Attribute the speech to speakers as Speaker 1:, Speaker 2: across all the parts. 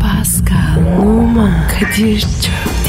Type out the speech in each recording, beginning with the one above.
Speaker 1: Pascal, Oman, Kadir çok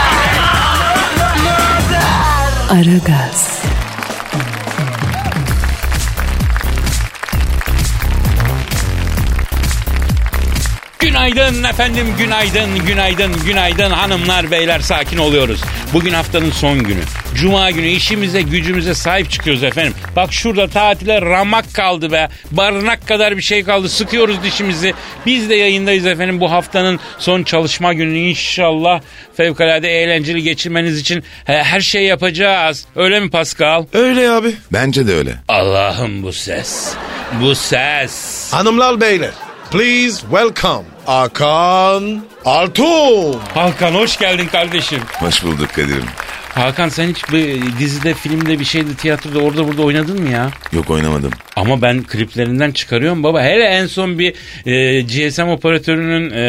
Speaker 1: Aragaz,
Speaker 2: Günaydın efendim, günaydın, günaydın, günaydın hanımlar, beyler sakin oluyoruz. Bugün haftanın son günü. Cuma günü işimize, gücümüze sahip çıkıyoruz efendim. Bak şurada tatile ramak kaldı be. Barınak kadar bir şey kaldı. Sıkıyoruz dişimizi. Biz de yayındayız efendim. Bu haftanın son çalışma gününü inşallah fevkalade eğlenceli geçirmeniz için he- her şey yapacağız. Öyle mi Pascal?
Speaker 3: Öyle abi.
Speaker 4: Bence de öyle.
Speaker 2: Allah'ım bu ses. Bu ses.
Speaker 3: Hanımlar beyler. Please welcome Hakan Altun.
Speaker 2: Hakan hoş geldin kardeşim.
Speaker 4: Hoş bulduk Kadir'im.
Speaker 2: Hakan sen hiç bir e, dizide, filmde, bir şeyde, tiyatroda orada burada oynadın mı ya?
Speaker 4: Yok oynamadım.
Speaker 2: Ama ben kliplerinden çıkarıyorum baba. Hele en son bir e, GSM operatörünün e,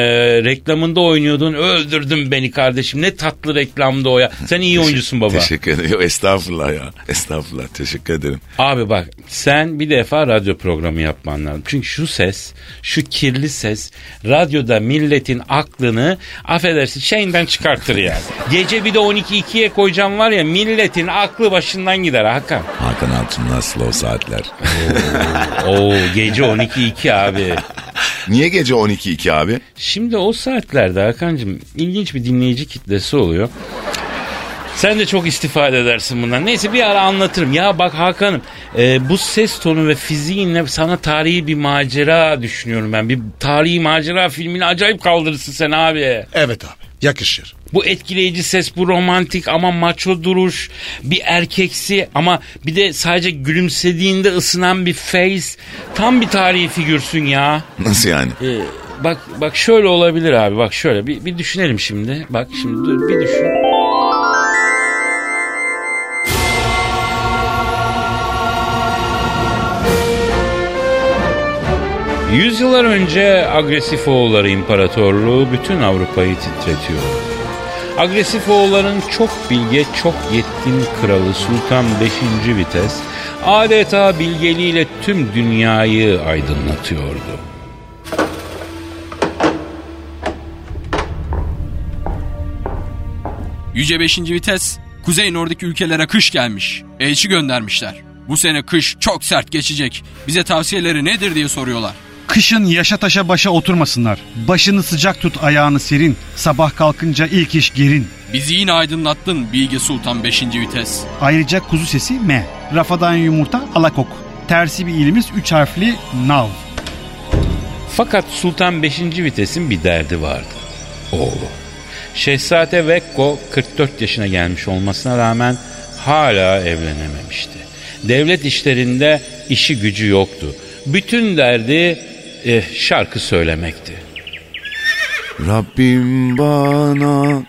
Speaker 2: reklamında oynuyordun. Öldürdün beni kardeşim. Ne tatlı reklamdı o ya. Sen iyi oyuncusun baba.
Speaker 4: Teşekkür ederim. Yok, estağfurullah ya. Estağfurullah. Teşekkür ederim.
Speaker 2: Abi bak sen bir defa radyo programı yapman lazım. Çünkü şu ses, şu kirli ses radyoda milletin aklını affedersin şeyinden çıkartır yani. Gece bir de 12-2'ye koyacağım var ya milletin aklı başından gider Hakan.
Speaker 4: Hakan Altun'la slow saatler.
Speaker 2: Oo gece 12-2 abi.
Speaker 5: Niye gece 12-2 abi?
Speaker 2: Şimdi o saatlerde Hakan'cığım ilginç bir dinleyici kitlesi oluyor. Sen de çok istifade edersin bundan. Neyse bir ara anlatırım. Ya bak Hakan'ım e, bu ses tonu ve fiziğinle sana tarihi bir macera düşünüyorum ben. Bir tarihi macera filmini acayip kaldırırsın sen abi.
Speaker 3: Evet abi yakışır.
Speaker 2: Bu etkileyici ses, bu romantik ama maço duruş, bir erkeksi ama bir de sadece gülümsediğinde ısınan bir face. Tam bir tarihi figürsün ya.
Speaker 5: Nasıl yani?
Speaker 2: Ee, bak bak şöyle olabilir abi. Bak şöyle bir, bir düşünelim şimdi. Bak şimdi dur bir düşün. Yüzyıllar önce agresif oğulları imparatorluğu bütün Avrupa'yı titretiyor. Agresif oğulların çok bilge, çok yetkin kralı Sultan 5. Vites adeta bilgeliğiyle tüm dünyayı aydınlatıyordu.
Speaker 6: Yüce 5. Vites, Kuzey Nord'daki ülkelere kış gelmiş. Elçi göndermişler. Bu sene kış çok sert geçecek. Bize tavsiyeleri nedir diye soruyorlar.
Speaker 7: Kışın yaşa taşa başa oturmasınlar. Başını sıcak tut ayağını serin. Sabah kalkınca ilk iş gerin.
Speaker 6: Bizi yine aydınlattın Bilge Sultan 5. Vites.
Speaker 7: Ayrıca kuzu sesi M. Rafadan yumurta alakok. Tersi bir ilimiz 3 harfli nav.
Speaker 2: Fakat Sultan 5. Vites'in bir derdi vardı. Oğlu. Şehzade Vekko 44 yaşına gelmiş olmasına rağmen hala evlenememişti. Devlet işlerinde işi gücü yoktu. Bütün derdi eh, şarkı söylemekti.
Speaker 5: Rabbim bana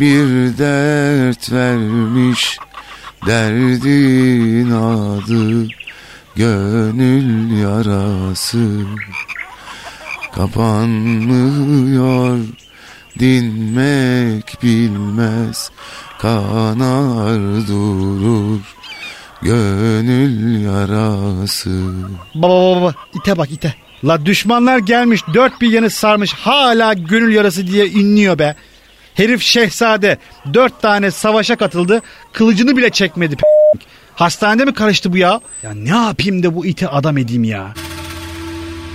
Speaker 5: bir dert vermiş. Derdin adı gönül yarası. Kapanmıyor dinmek bilmez. Kanar durur gönül yarası.
Speaker 7: Baba baba ite bak ite. La düşmanlar gelmiş dört bir yanı sarmış hala gönül yarası diye inliyor be. Herif şehzade dört tane savaşa katıldı kılıcını bile çekmedi p- Hastanede mi karıştı bu ya? Ya ne yapayım da bu ite adam edeyim ya?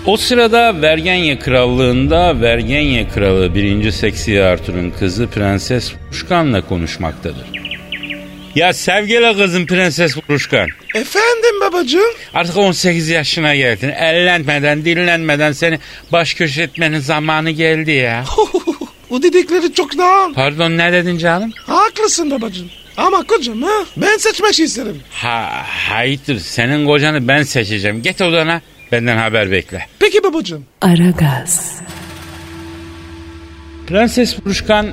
Speaker 2: O sırada Vergenya Krallığı'nda Vergenya Kralı 1. Seksi Arthur'un kızı Prenses Puşkan'la konuşmaktadır. Ya sevgili kızım Prenses Puşkan.
Speaker 3: Efendim babacığım.
Speaker 2: Artık 18 yaşına geldin. Ellenmeden, dinlenmeden seni baş köşe etmenin zamanı geldi ya.
Speaker 3: O dedikleri çok doğal.
Speaker 2: Pardon ne dedin canım?
Speaker 3: Haklısın babacığım. Ama kocam ha ben seçmek isterim.
Speaker 2: Ha, hayırdır senin kocanı ben seçeceğim. Git odana benden haber bekle.
Speaker 3: Peki babacığım.
Speaker 1: Aragaz,
Speaker 2: Prenses Ruşkan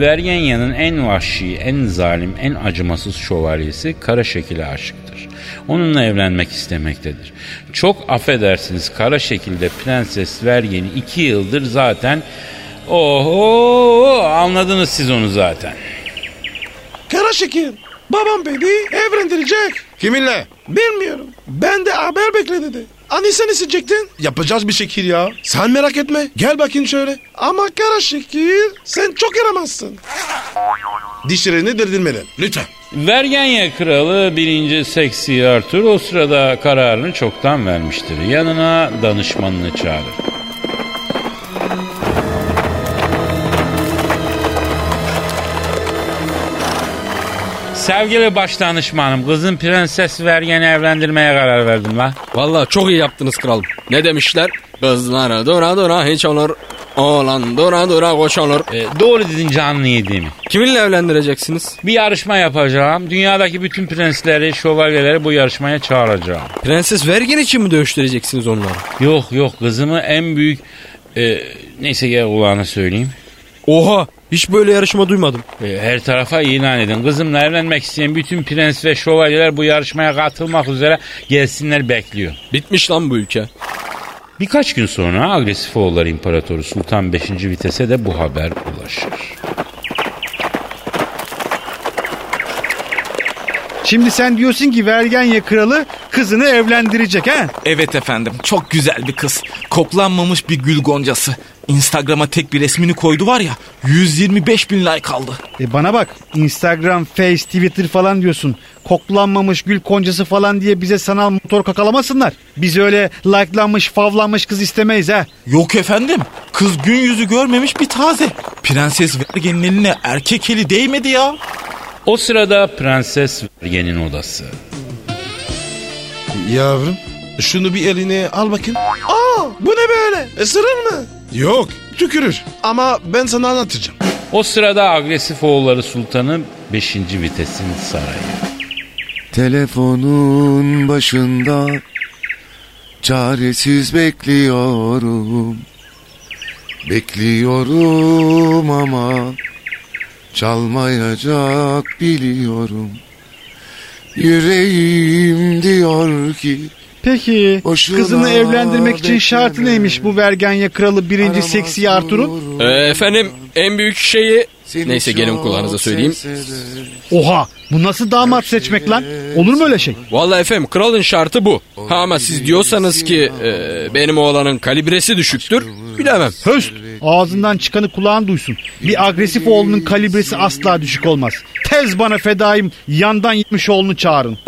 Speaker 2: Vergenya'nın en vahşi, en zalim, en acımasız şövalyesi kara şekile aşıktır. Onunla evlenmek istemektedir. Çok affedersiniz kara şekilde Prenses Vergeni iki yıldır zaten Oho anladınız siz onu zaten.
Speaker 3: Kara şeker. Babam beni evlendirecek.
Speaker 8: Kiminle?
Speaker 3: Bilmiyorum. Ben de haber bekle dedi. Hani sen isteyecektin?
Speaker 8: Yapacağız bir şekil ya. Sen merak etme. Gel bakayım şöyle.
Speaker 3: Ama kara şeker sen çok yaramazsın.
Speaker 8: Dişlerini dirdirmeden. Lütfen.
Speaker 2: Vergenya kralı 1. Seksi Arthur o sırada kararını çoktan vermiştir. Yanına danışmanını çağırır. Sevgili baş danışmanım, kızın prenses Vergen'i evlendirmeye karar verdim la.
Speaker 6: Valla çok iyi yaptınız kralım. Ne demişler? Kızlara dura dura hiç olur. Oğlan dura dura koç olur.
Speaker 2: E, doğru dedin canını yediğimi.
Speaker 6: Kiminle evlendireceksiniz?
Speaker 2: Bir yarışma yapacağım. Dünyadaki bütün prensleri, şövalyeleri bu yarışmaya çağıracağım.
Speaker 6: Prenses Vergen için mi dövüştüreceksiniz onları?
Speaker 2: Yok yok kızımı en büyük e, neyse gel kulağına söyleyeyim.
Speaker 6: Oha hiç böyle yarışma duymadım.
Speaker 2: E, her tarafa ilan edin. Kızımla evlenmek isteyen bütün prens ve şövalyeler bu yarışmaya katılmak üzere gelsinler bekliyor.
Speaker 6: Bitmiş lan bu ülke.
Speaker 2: Birkaç gün sonra agresif oğulları imparatoru Sultan 5. Vites'e de bu haber ulaşır.
Speaker 7: Şimdi sen diyorsun ki Vergenya kralı kızını evlendirecek ha?
Speaker 9: Evet efendim çok güzel bir kız. Koklanmamış bir gül goncası. Instagram'a tek bir resmini koydu var ya 125 bin like aldı.
Speaker 7: E bana bak Instagram, Face, Twitter falan diyorsun. Koklanmamış gül koncası falan diye bize sanal motor kakalamasınlar. Biz öyle likelanmış, favlanmış kız istemeyiz ha.
Speaker 9: Yok efendim kız gün yüzü görmemiş bir taze. Prenses Vergen'in eline erkek eli değmedi ya.
Speaker 2: O sırada Prenses Vergen'in odası.
Speaker 8: Yavrum. Şunu bir eline al bakayım.
Speaker 3: Aa bu ne böyle? Isırır mı?
Speaker 8: Yok. Tükürür. Ama ben sana anlatacağım.
Speaker 2: O sırada agresif oğulları Sultan'ı 5. Vites'in sarayı.
Speaker 5: Telefonun başında çaresiz bekliyorum. Bekliyorum ama çalmayacak biliyorum. Yüreğim diyor ki
Speaker 7: Peki
Speaker 5: Boşuna
Speaker 7: kızını evlendirmek için
Speaker 5: bekleme.
Speaker 7: şartı neymiş bu Vergenya kralı birinci
Speaker 5: aramaz
Speaker 7: seksi Artur'un?
Speaker 5: olurum.
Speaker 6: Ee, efendim en büyük şeyi...
Speaker 5: Seni
Speaker 6: Neyse gelin
Speaker 5: çok
Speaker 6: kulağınıza söyleyeyim.
Speaker 5: sevseler.
Speaker 7: Oha bu nasıl damat seçmek lan? Olur mu öyle şey?
Speaker 6: Valla efendim kralın şartı bu. Ha ama siz diyorsanız ki e, benim oğlanın kalibresi düşüktür. Bilemem.
Speaker 7: Höst ağzından çıkanı kulağın duysun. Bir agresif oğlunun kalibresi asla düşük olmaz. Tez bana fedaim yandan gitmiş oğlunu çağırın.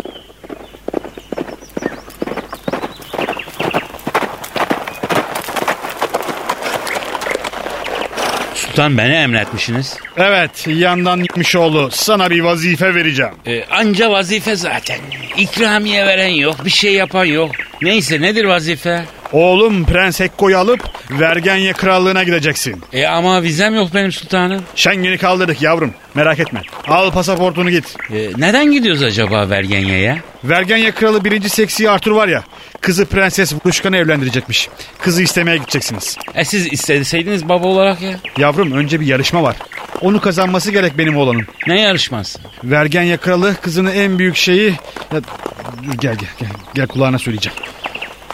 Speaker 2: Sultan beni emretmişsiniz.
Speaker 7: Evet yandan gitmiş oğlu sana bir vazife vereceğim.
Speaker 2: Ee, anca vazife zaten. İkramiye veren yok, bir şey yapan yok. Neyse nedir vazife?
Speaker 7: Oğlum Prens Ekko'yu alıp Vergenya krallığına gideceksin.
Speaker 2: E ama vizem yok benim sultanım.
Speaker 7: Schengen'i kaldırdık yavrum merak etme. Al pasaportunu git.
Speaker 2: E, neden gidiyoruz acaba Vergenya'ya?
Speaker 7: Vergenya kralı birinci seksi Arthur var ya kızı Prenses Vuruşkan'ı evlendirecekmiş. Kızı istemeye gideceksiniz.
Speaker 2: E siz isteseydiniz baba olarak ya.
Speaker 7: Yavrum önce bir yarışma var. Onu kazanması gerek benim oğlanın.
Speaker 2: Ne yarışması?
Speaker 7: Vergenya kralı kızının en büyük şeyi... Ya, dur, gel gel gel. Gel kulağına söyleyeceğim.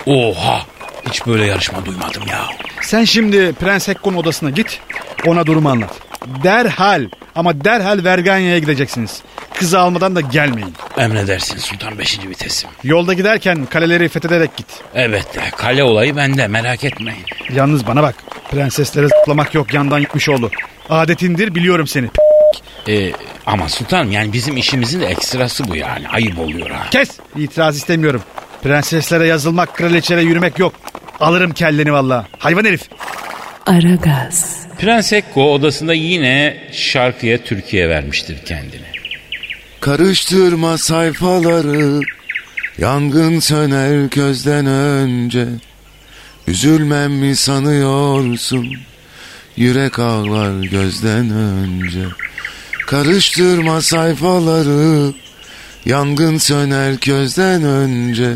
Speaker 2: Oha! Hiç böyle yarışma duymadım ya.
Speaker 7: Sen şimdi Prens Ekko'nun odasına git. Ona durumu anlat. Derhal ama derhal Vergenya'ya gideceksiniz. Kızı almadan da gelmeyin.
Speaker 2: Emredersin Sultan 5. vitesim.
Speaker 7: Yolda giderken kaleleri fethederek git.
Speaker 2: Evet de kale olayı bende merak etmeyin.
Speaker 7: Yalnız bana bak. Prenseslere zıplamak yok yandan gitmiş oğlu. Adetindir biliyorum seni.
Speaker 2: E, ama sultanım yani bizim işimizin de ekstrası bu yani. Ayıp oluyor ha.
Speaker 7: Kes! İtiraz istemiyorum. Prenseslere yazılmak, kraliçelere yürümek yok. Alırım kelleni valla. Hayvan herif.
Speaker 1: Aragaz.
Speaker 2: Prens Ekko odasında yine şarkıya Türkiye vermiştir kendini.
Speaker 5: Karıştırma sayfaları Yangın söner közden önce Üzülmem mi sanıyorsun Yürek ağlar gözden önce Karıştırma sayfaları Yangın söner közden önce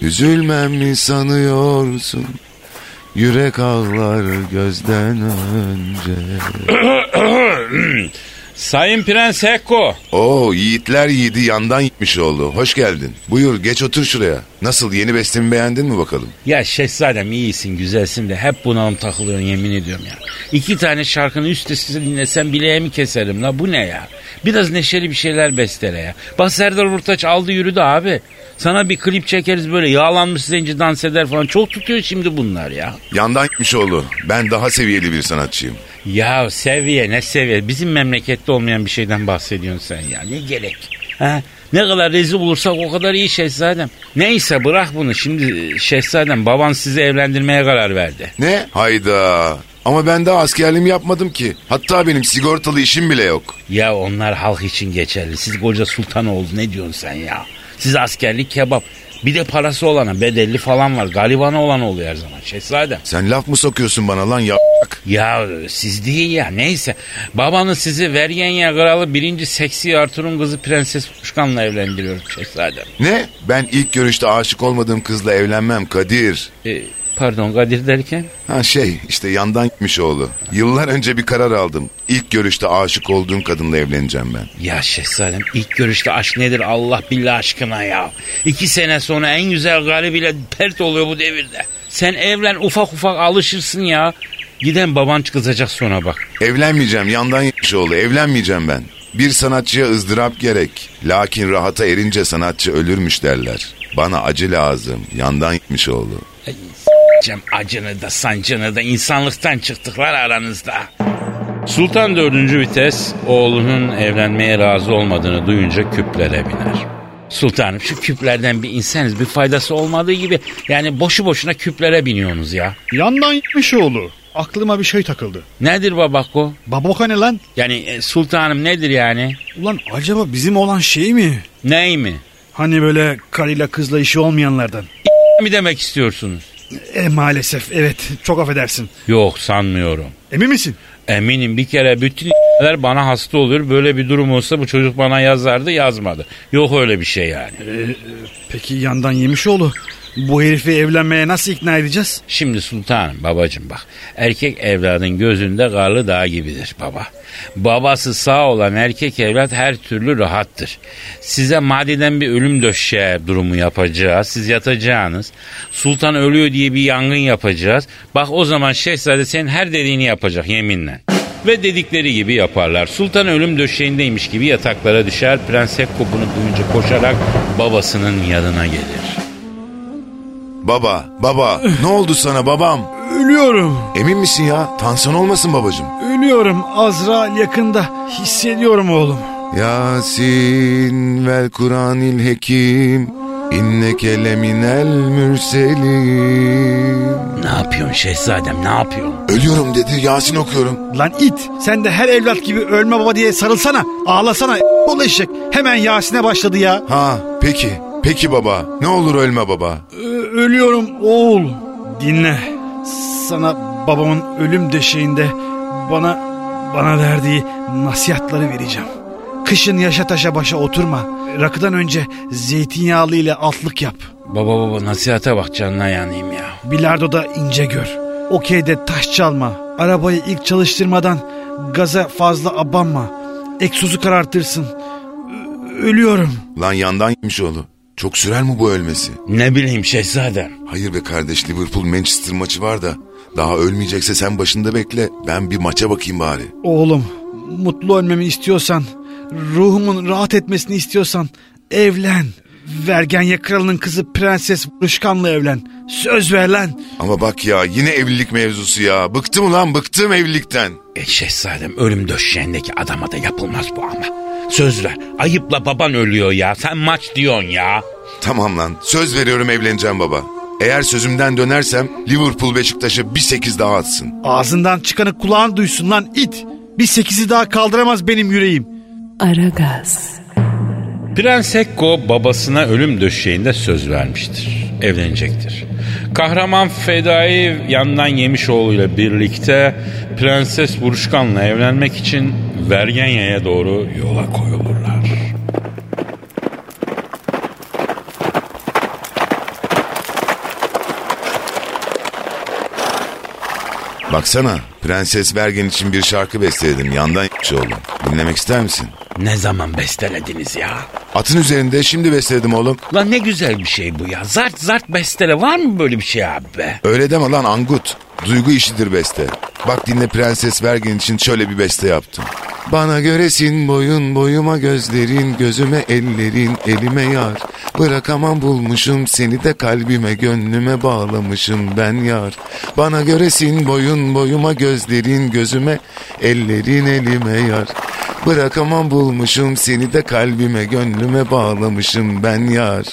Speaker 5: Üzülmem mi sanıyorsun Yürek ağlar gözden önce.
Speaker 2: Sayın Prens Hekko.
Speaker 5: Oo yiğitler yiğidi yandan gitmiş oldu. Hoş geldin. Buyur geç otur şuraya. Nasıl yeni bestemi beğendin mi bakalım?
Speaker 2: Ya şehzadem iyisin güzelsin de hep bunalım takılıyorsun yemin ediyorum ya. İki tane şarkını üst üste dinlesem bileğimi keserim la bu ne ya? Biraz neşeli bir şeyler bestele ya. Bak Serdar Ortaç aldı yürüdü abi. Sana bir klip çekeriz böyle yağlanmış zenci dans eder falan. Çok tutuyor şimdi bunlar ya.
Speaker 5: Yandan gitmiş oldu. Ben daha seviyeli bir sanatçıyım.
Speaker 2: Ya seviye ne seviye? Bizim memlekette olmayan bir şeyden bahsediyorsun sen ya. Ne gerek? Ha? Ne kadar rezil olursak o kadar iyi şehzadem. Neyse bırak bunu. Şimdi şehzadem baban sizi evlendirmeye karar verdi.
Speaker 5: Ne? Hayda. Ama ben daha askerliğimi yapmadım ki. Hatta benim sigortalı işim bile yok.
Speaker 2: Ya onlar halk için geçerli. Siz koca sultan oldu ne diyorsun sen ya? Siz askerlik kebap. Bir de parası olana bedelli falan var. Galibana olan oluyor her zaman şehzadem.
Speaker 5: Sen laf mı sokuyorsun bana lan yaprak?
Speaker 2: Ya siz değil ya neyse. Babanız sizi Vergenya kralı birinci seksi Arthur'un kızı Prenses Puşkan'la evlendiriyorum şehzadem.
Speaker 5: Ne? Ben ilk görüşte aşık olmadığım kızla evlenmem Kadir.
Speaker 2: E, pardon Kadir derken?
Speaker 5: Ha şey işte yandan gitmiş oğlu. Yıllar önce bir karar aldım. İlk görüşte aşık olduğum kadınla evleneceğim ben.
Speaker 2: Ya şehzadem ilk görüşte aşk nedir Allah billah aşkına ya. İki sene sonra en güzel galip ile pert oluyor bu devirde. Sen evlen ufak ufak alışırsın ya. Giden baban kızacak sonra bak.
Speaker 5: Evlenmeyeceğim yandan gitmiş oğlu evlenmeyeceğim ben. Bir sanatçıya ızdırap gerek. Lakin rahata erince sanatçı ölürmüş derler. Bana acı lazım. Yandan gitmiş oğlu.
Speaker 2: Cem acını da sancını da insanlıktan çıktıklar aranızda. Sultan 4. vites oğlunun evlenmeye razı olmadığını duyunca küplere biner. Sultanım şu küplerden bir inseniz bir faydası olmadığı gibi yani boşu boşuna küplere biniyorsunuz ya.
Speaker 10: Yandan gitmiş oğlu. Aklıma bir şey takıldı.
Speaker 2: Nedir babako?
Speaker 10: Baboka ne lan?
Speaker 2: Yani e, sultanım nedir yani?
Speaker 7: hani Ulan acaba bizim olan şey mi?
Speaker 2: Ney mi?
Speaker 7: Hani böyle karıyla kızla işi olmayanlardan.
Speaker 2: mi demek istiyorsunuz?
Speaker 7: E maalesef evet çok affedersin.
Speaker 2: Yok sanmıyorum.
Speaker 7: Emin misin?
Speaker 2: Eminim bir kere bütün ler bana hasta oluyor. Böyle bir durum olsa bu çocuk bana yazardı yazmadı. Yok öyle bir şey yani.
Speaker 7: E, peki yandan yemiş oğlu. Bu herifi evlenmeye nasıl ikna edeceğiz?
Speaker 2: Şimdi sultanım babacım bak. Erkek evladın gözünde karlı dağ gibidir baba. Babası sağ olan erkek evlat her türlü rahattır. Size madiden bir ölüm döşe durumu yapacağız. Siz yatacağınız. Sultan ölüyor diye bir yangın yapacağız. Bak o zaman şehzade senin her dediğini yapacak yeminle. Ve dedikleri gibi yaparlar. Sultan ölüm döşeğindeymiş gibi yataklara düşer. Prens Hekko bunu duyunca koşarak babasının yanına gelir.
Speaker 5: Baba, baba ne oldu sana babam?
Speaker 7: Ölüyorum.
Speaker 5: Emin misin ya? Tansiyon olmasın babacığım.
Speaker 7: Ölüyorum Azrail yakında. Hissediyorum oğlum.
Speaker 5: Yasin vel Kur'anil Hekim İnneke leminel mürselim
Speaker 2: Ne yapıyorsun şehzadem ne yapıyorsun?
Speaker 5: Ölüyorum dedi Yasin okuyorum.
Speaker 7: Lan it sen de her evlat gibi ölme baba diye sarılsana. Ağlasana o eşek. Hemen Yasin'e başladı ya.
Speaker 5: Ha peki peki baba ne olur ölme baba.
Speaker 7: Ö- ölüyorum oğul. Dinle. Sana babamın ölüm deşeğinde bana bana verdiği nasihatları vereceğim. Kışın yaşa taşa başa oturma. Rakıdan önce zeytinyağlı ile altlık yap.
Speaker 2: Baba baba nasihata bak canına yanayım ya.
Speaker 7: Bilardo'da ince gör. Okey'de taş çalma. Arabayı ilk çalıştırmadan gaza fazla abanma. Eksozu karartırsın. Ö- ölüyorum.
Speaker 5: Lan yandan gitmiş oğlu. Çok sürer mi bu ölmesi?
Speaker 2: Ne bileyim şehzadem.
Speaker 5: Hayır be kardeş Liverpool Manchester maçı var da. Daha ölmeyecekse sen başında bekle. Ben bir maça bakayım bari.
Speaker 7: Oğlum, mutlu ölmemi istiyorsan, ruhumun rahat etmesini istiyorsan evlen. Vergenya kralının kızı Prenses Ruşkan'la evlen. Söz ver lan.
Speaker 5: Ama bak ya yine evlilik mevzusu ya. Bıktım lan bıktım evlilikten.
Speaker 2: E şehzadem ölüm döşeğindeki adama da yapılmaz bu ama. Söz ver. Ayıpla baban ölüyor ya. Sen maç diyorsun ya.
Speaker 5: Tamam lan söz veriyorum evleneceğim baba. Eğer sözümden dönersem Liverpool Beşiktaş'a bir sekiz daha atsın.
Speaker 7: Ağzından çıkanı kulağın duysun lan it. Bir sekizi daha kaldıramaz benim yüreğim.
Speaker 1: Aragaz.
Speaker 2: Prens Hekko babasına ölüm döşeğinde söz vermiştir. Evlenecektir. Kahraman fedai yandan yemiş oğluyla birlikte Prenses Buruşkan'la evlenmek için Vergenya'ya doğru yola koyulurlar.
Speaker 5: Baksana Prenses Bergen için bir şarkı besteledim yandan yapmış oğlum. Dinlemek ister misin?
Speaker 2: Ne zaman bestelediniz ya?
Speaker 5: Atın üzerinde şimdi besteledim oğlum.
Speaker 2: Lan ne güzel bir şey bu ya. Zart zart bestele var mı böyle bir şey abi be?
Speaker 5: Öyle deme lan Angut. Duygu işidir beste. Bak dinle Prenses Bergen için şöyle bir beste yaptım. Bana göresin boyun boyuma gözlerin gözüme ellerin elime yar. Bırakamam bulmuşum seni de kalbime gönlüme bağlamışım ben yar. Bana göresin boyun boyuma gözlerin gözüme ellerin elime yar. Bırakamam bulmuşum seni de kalbime gönlüme bağlamışım ben yar.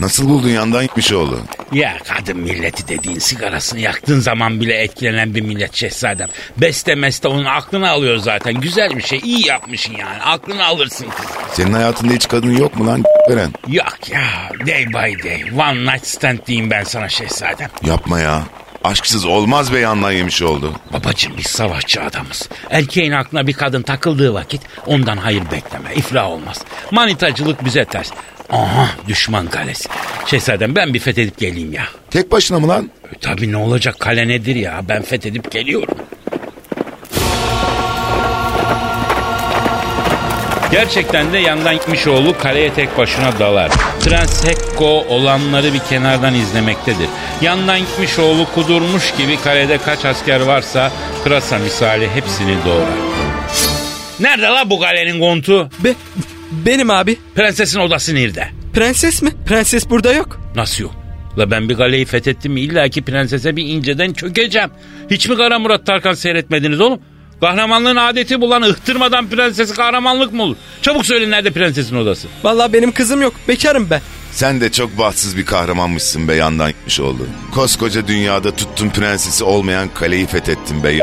Speaker 5: Nasıl buldun yandan gitmiş oğlu?
Speaker 2: Ya kadın milleti dediğin sigarasını yaktığın zaman bile etkilenen bir millet şehzadem. Beste meste onun aklını alıyor zaten. Güzel bir şey iyi yapmışsın yani. Aklını alırsın kız.
Speaker 5: Senin hayatında hiç kadın yok mu lan veren?
Speaker 2: Yok ya day by day. One night stand diyeyim ben sana şehzadem.
Speaker 5: Yapma ya. Aşksız olmaz be yandan yemiş oldu.
Speaker 2: Babacım biz savaşçı adamız. Erkeğin aklına bir kadın takıldığı vakit ondan hayır bekleme. İflah olmaz. Manitacılık bize ters. Aha düşman kalesi. Şehzadem ben bir fethedip geleyim ya.
Speaker 5: Tek başına mı lan?
Speaker 2: E, tabii ne olacak kale nedir ya ben fethedip geliyorum. Gerçekten de yandan gitmiş oğlu kaleye tek başına dalar. Prens Hekko olanları bir kenardan izlemektedir. Yandan gitmiş oğlu kudurmuş gibi kalede kaç asker varsa pırasa misali hepsini doğrar. Nerede la bu kalenin kontu?
Speaker 11: Be, benim abi.
Speaker 2: Prensesin odası nerede?
Speaker 11: Prenses mi? Prenses burada yok.
Speaker 2: Nasıl yok? La ben bir kaleyi fethettim mi illa ki prensese bir inceden çökeceğim. Hiç mi Kara Murat Tarkan seyretmediniz oğlum? Kahramanlığın adeti bulan ıhtırmadan prensesi kahramanlık mı olur? Çabuk söyleyin nerede prensesin odası?
Speaker 11: Vallahi benim kızım yok. Bekarım ben.
Speaker 5: Sen de çok bahtsız bir kahramanmışsın be yandan gitmiş oğlu. Koskoca dünyada tuttun prensesi olmayan kaleyi fethettin be y**k.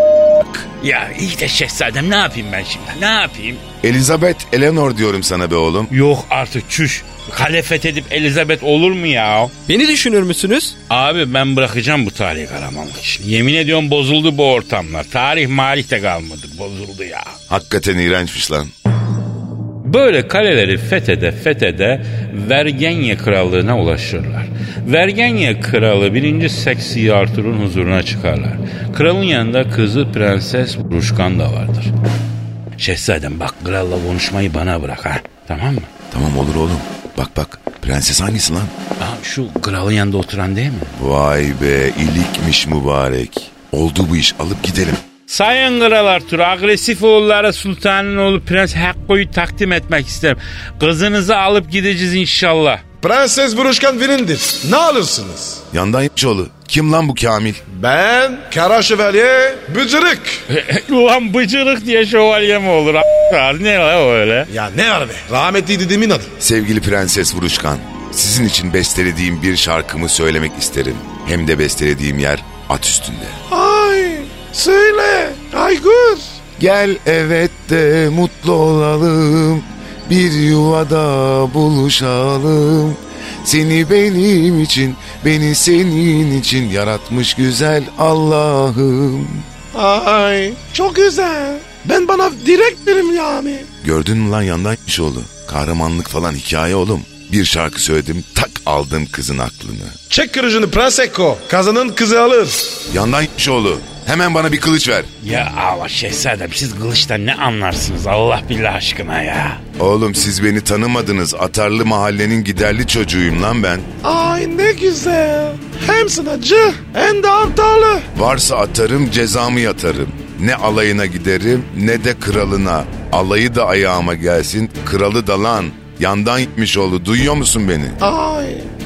Speaker 2: Ya iyi de şehzadem ne yapayım ben şimdi? Ne yapayım?
Speaker 5: Elizabeth Eleanor diyorum sana be oğlum.
Speaker 2: Yok artık çüş. Kale fethedip Elizabeth olur mu ya?
Speaker 11: Beni düşünür müsünüz?
Speaker 2: Abi ben bırakacağım bu tarihi kahramanlık işini. Yemin ediyorum bozuldu bu ortamlar. Tarih marih de kalmadı. Bozuldu ya.
Speaker 5: Hakikaten iğrençmiş lan.
Speaker 2: Böyle kaleleri fethede fethede Vergenye krallığına ulaşırlar. Vergenye kralı 1. Seksi Arthur'un huzuruna çıkarlar. Kralın yanında kızı Prenses Ruşkan da vardır. Şehzadem bak kralla konuşmayı bana bırak ha. Tamam mı?
Speaker 5: Tamam olur oğlum. Bak bak prenses hangisi lan?
Speaker 2: Aa, şu kralın yanında oturan değil mi?
Speaker 5: Vay be ilikmiş mübarek. Oldu bu iş alıp gidelim.
Speaker 2: Sayın Kral Artur, agresif oğullara sultanın oğlu Prens Hakko'yu takdim etmek isterim. Kızınızı alıp gideceğiz inşallah.
Speaker 8: Prenses Buruşkan birindir. Ne alırsınız?
Speaker 5: Yandan yapmış oğlu. Kim lan bu Kamil?
Speaker 8: Ben Kara Şövalye Bıcırık.
Speaker 2: Ulan bıcırık diye şövalye mi olur? a- ne la öyle?
Speaker 8: Ya ne var be? Rahmetli dedemin adı.
Speaker 5: Sevgili Prenses Vuruşkan, sizin için bestelediğim bir şarkımı söylemek isterim. Hem de bestelediğim yer at üstünde.
Speaker 8: Ay söyle Aygur.
Speaker 5: Gel evet de mutlu olalım, bir yuvada buluşalım. Seni benim için, beni senin için yaratmış güzel Allah'ım.
Speaker 8: Ay çok güzel. Ben bana direkt birim yani.
Speaker 5: Gördün mü lan yandan iş oğlu? Kahramanlık falan hikaye oğlum. Bir şarkı söyledim tak aldım kızın aklını.
Speaker 8: Çek kırıcını Prens Eko. Kazanın kızı alır.
Speaker 5: Yandan iş oğlu hemen bana bir kılıç ver.
Speaker 2: Ya ama şehzadem siz kılıçtan ne anlarsınız Allah billah aşkına ya.
Speaker 5: Oğlum siz beni tanımadınız. Atarlı mahallenin giderli çocuğuyum lan ben.
Speaker 8: Ay ne güzel. Hem sınacı hem de aptalı.
Speaker 5: Varsa atarım cezamı yatarım. Ne alayına giderim ne de kralına. Alayı da ayağıma gelsin. Kralı da lan. Yandan gitmiş oğlu duyuyor musun beni?
Speaker 8: Ay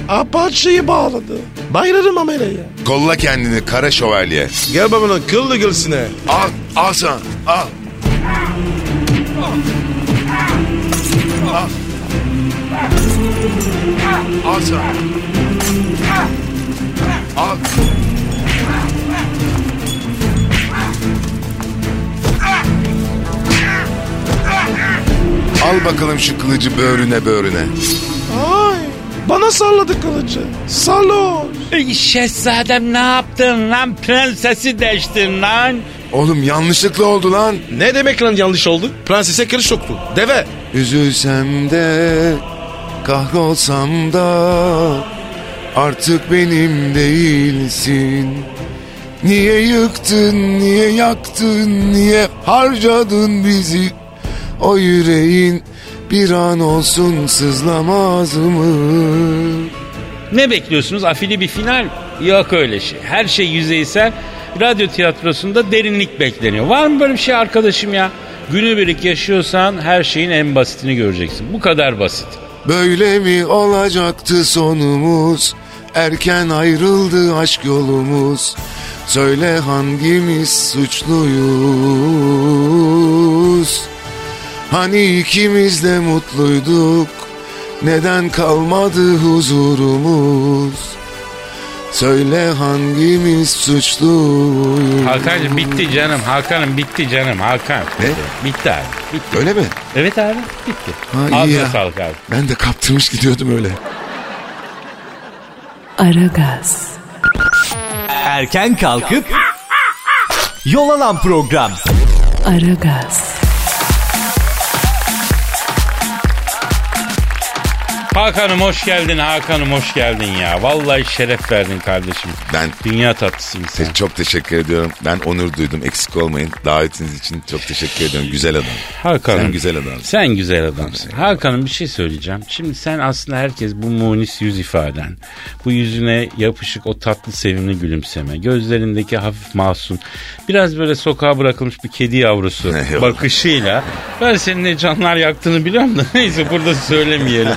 Speaker 8: Apache'yi bağladı. Bayılırım ameleye.
Speaker 5: Kolla kendini kara şövalye.
Speaker 8: Gel babanın kıllı gülsüne.
Speaker 5: Al, al sen, al. Al. Al sen. Al. Al bakalım şu kılıcı böğrüne böğrüne.
Speaker 8: Ay bana salladı kılıcı. Salon.
Speaker 2: Ey E, şehzadem ne yaptın lan? Prensesi deştin lan.
Speaker 5: Oğlum yanlışlıkla oldu lan.
Speaker 8: Ne demek lan yanlış oldu? Prensese kılıç soktu. Deve.
Speaker 5: Üzülsem de kahrolsam da artık benim değilsin. Niye yıktın, niye yaktın, niye harcadın bizi? O yüreğin bir an olsun sızlamaz mı?
Speaker 2: Ne bekliyorsunuz? Afili bir final? Yok öyle şey. Her şey yüzeysel. Radyo tiyatrosunda derinlik bekleniyor. Var mı böyle bir şey arkadaşım ya? Günübirlik yaşıyorsan her şeyin en basitini göreceksin. Bu kadar basit.
Speaker 5: Böyle mi olacaktı sonumuz? Erken ayrıldı aşk yolumuz. Söyle hangimiz suçluyuz? Hani ikimiz de mutluyduk? Neden kalmadı huzurumuz? Söyle hangimiz suçluyuz?
Speaker 2: Hakan'cığım bitti canım. Hakan'ım bitti canım. Hakan. Ne? Bitti abi. Bitti.
Speaker 5: Öyle mi?
Speaker 2: Evet abi. Bitti.
Speaker 5: Ha, iyi
Speaker 2: Ağzına
Speaker 5: ya.
Speaker 2: sağlık abi.
Speaker 5: Ben de kaptırmış gidiyordum öyle.
Speaker 1: Aragaz,
Speaker 12: Erken kalkıp yol alan program.
Speaker 1: Aragaz,
Speaker 2: Hakan'ım hoş geldin. Hakan'ım hoş geldin ya. Vallahi şeref verdin kardeşim.
Speaker 5: Ben
Speaker 2: dünya tatlısıyım sen.
Speaker 5: Çok teşekkür ediyorum. Ben onur duydum. Eksik olmayın. Davetiniz için çok teşekkür ediyorum. Güzel adam.
Speaker 2: Hakan'ım.
Speaker 5: Sen güzel adamsın.
Speaker 2: Sen güzel adamsın. Hakan'ım bir şey söyleyeceğim. Şimdi sen aslında herkes bu munis yüz ifaden, bu yüzüne yapışık o tatlı sevimli gülümseme, gözlerindeki hafif masum, biraz böyle sokağa bırakılmış bir kedi yavrusu bakışıyla ben senin ne canlar yaktığını biliyorum da neyse burada söylemeyelim.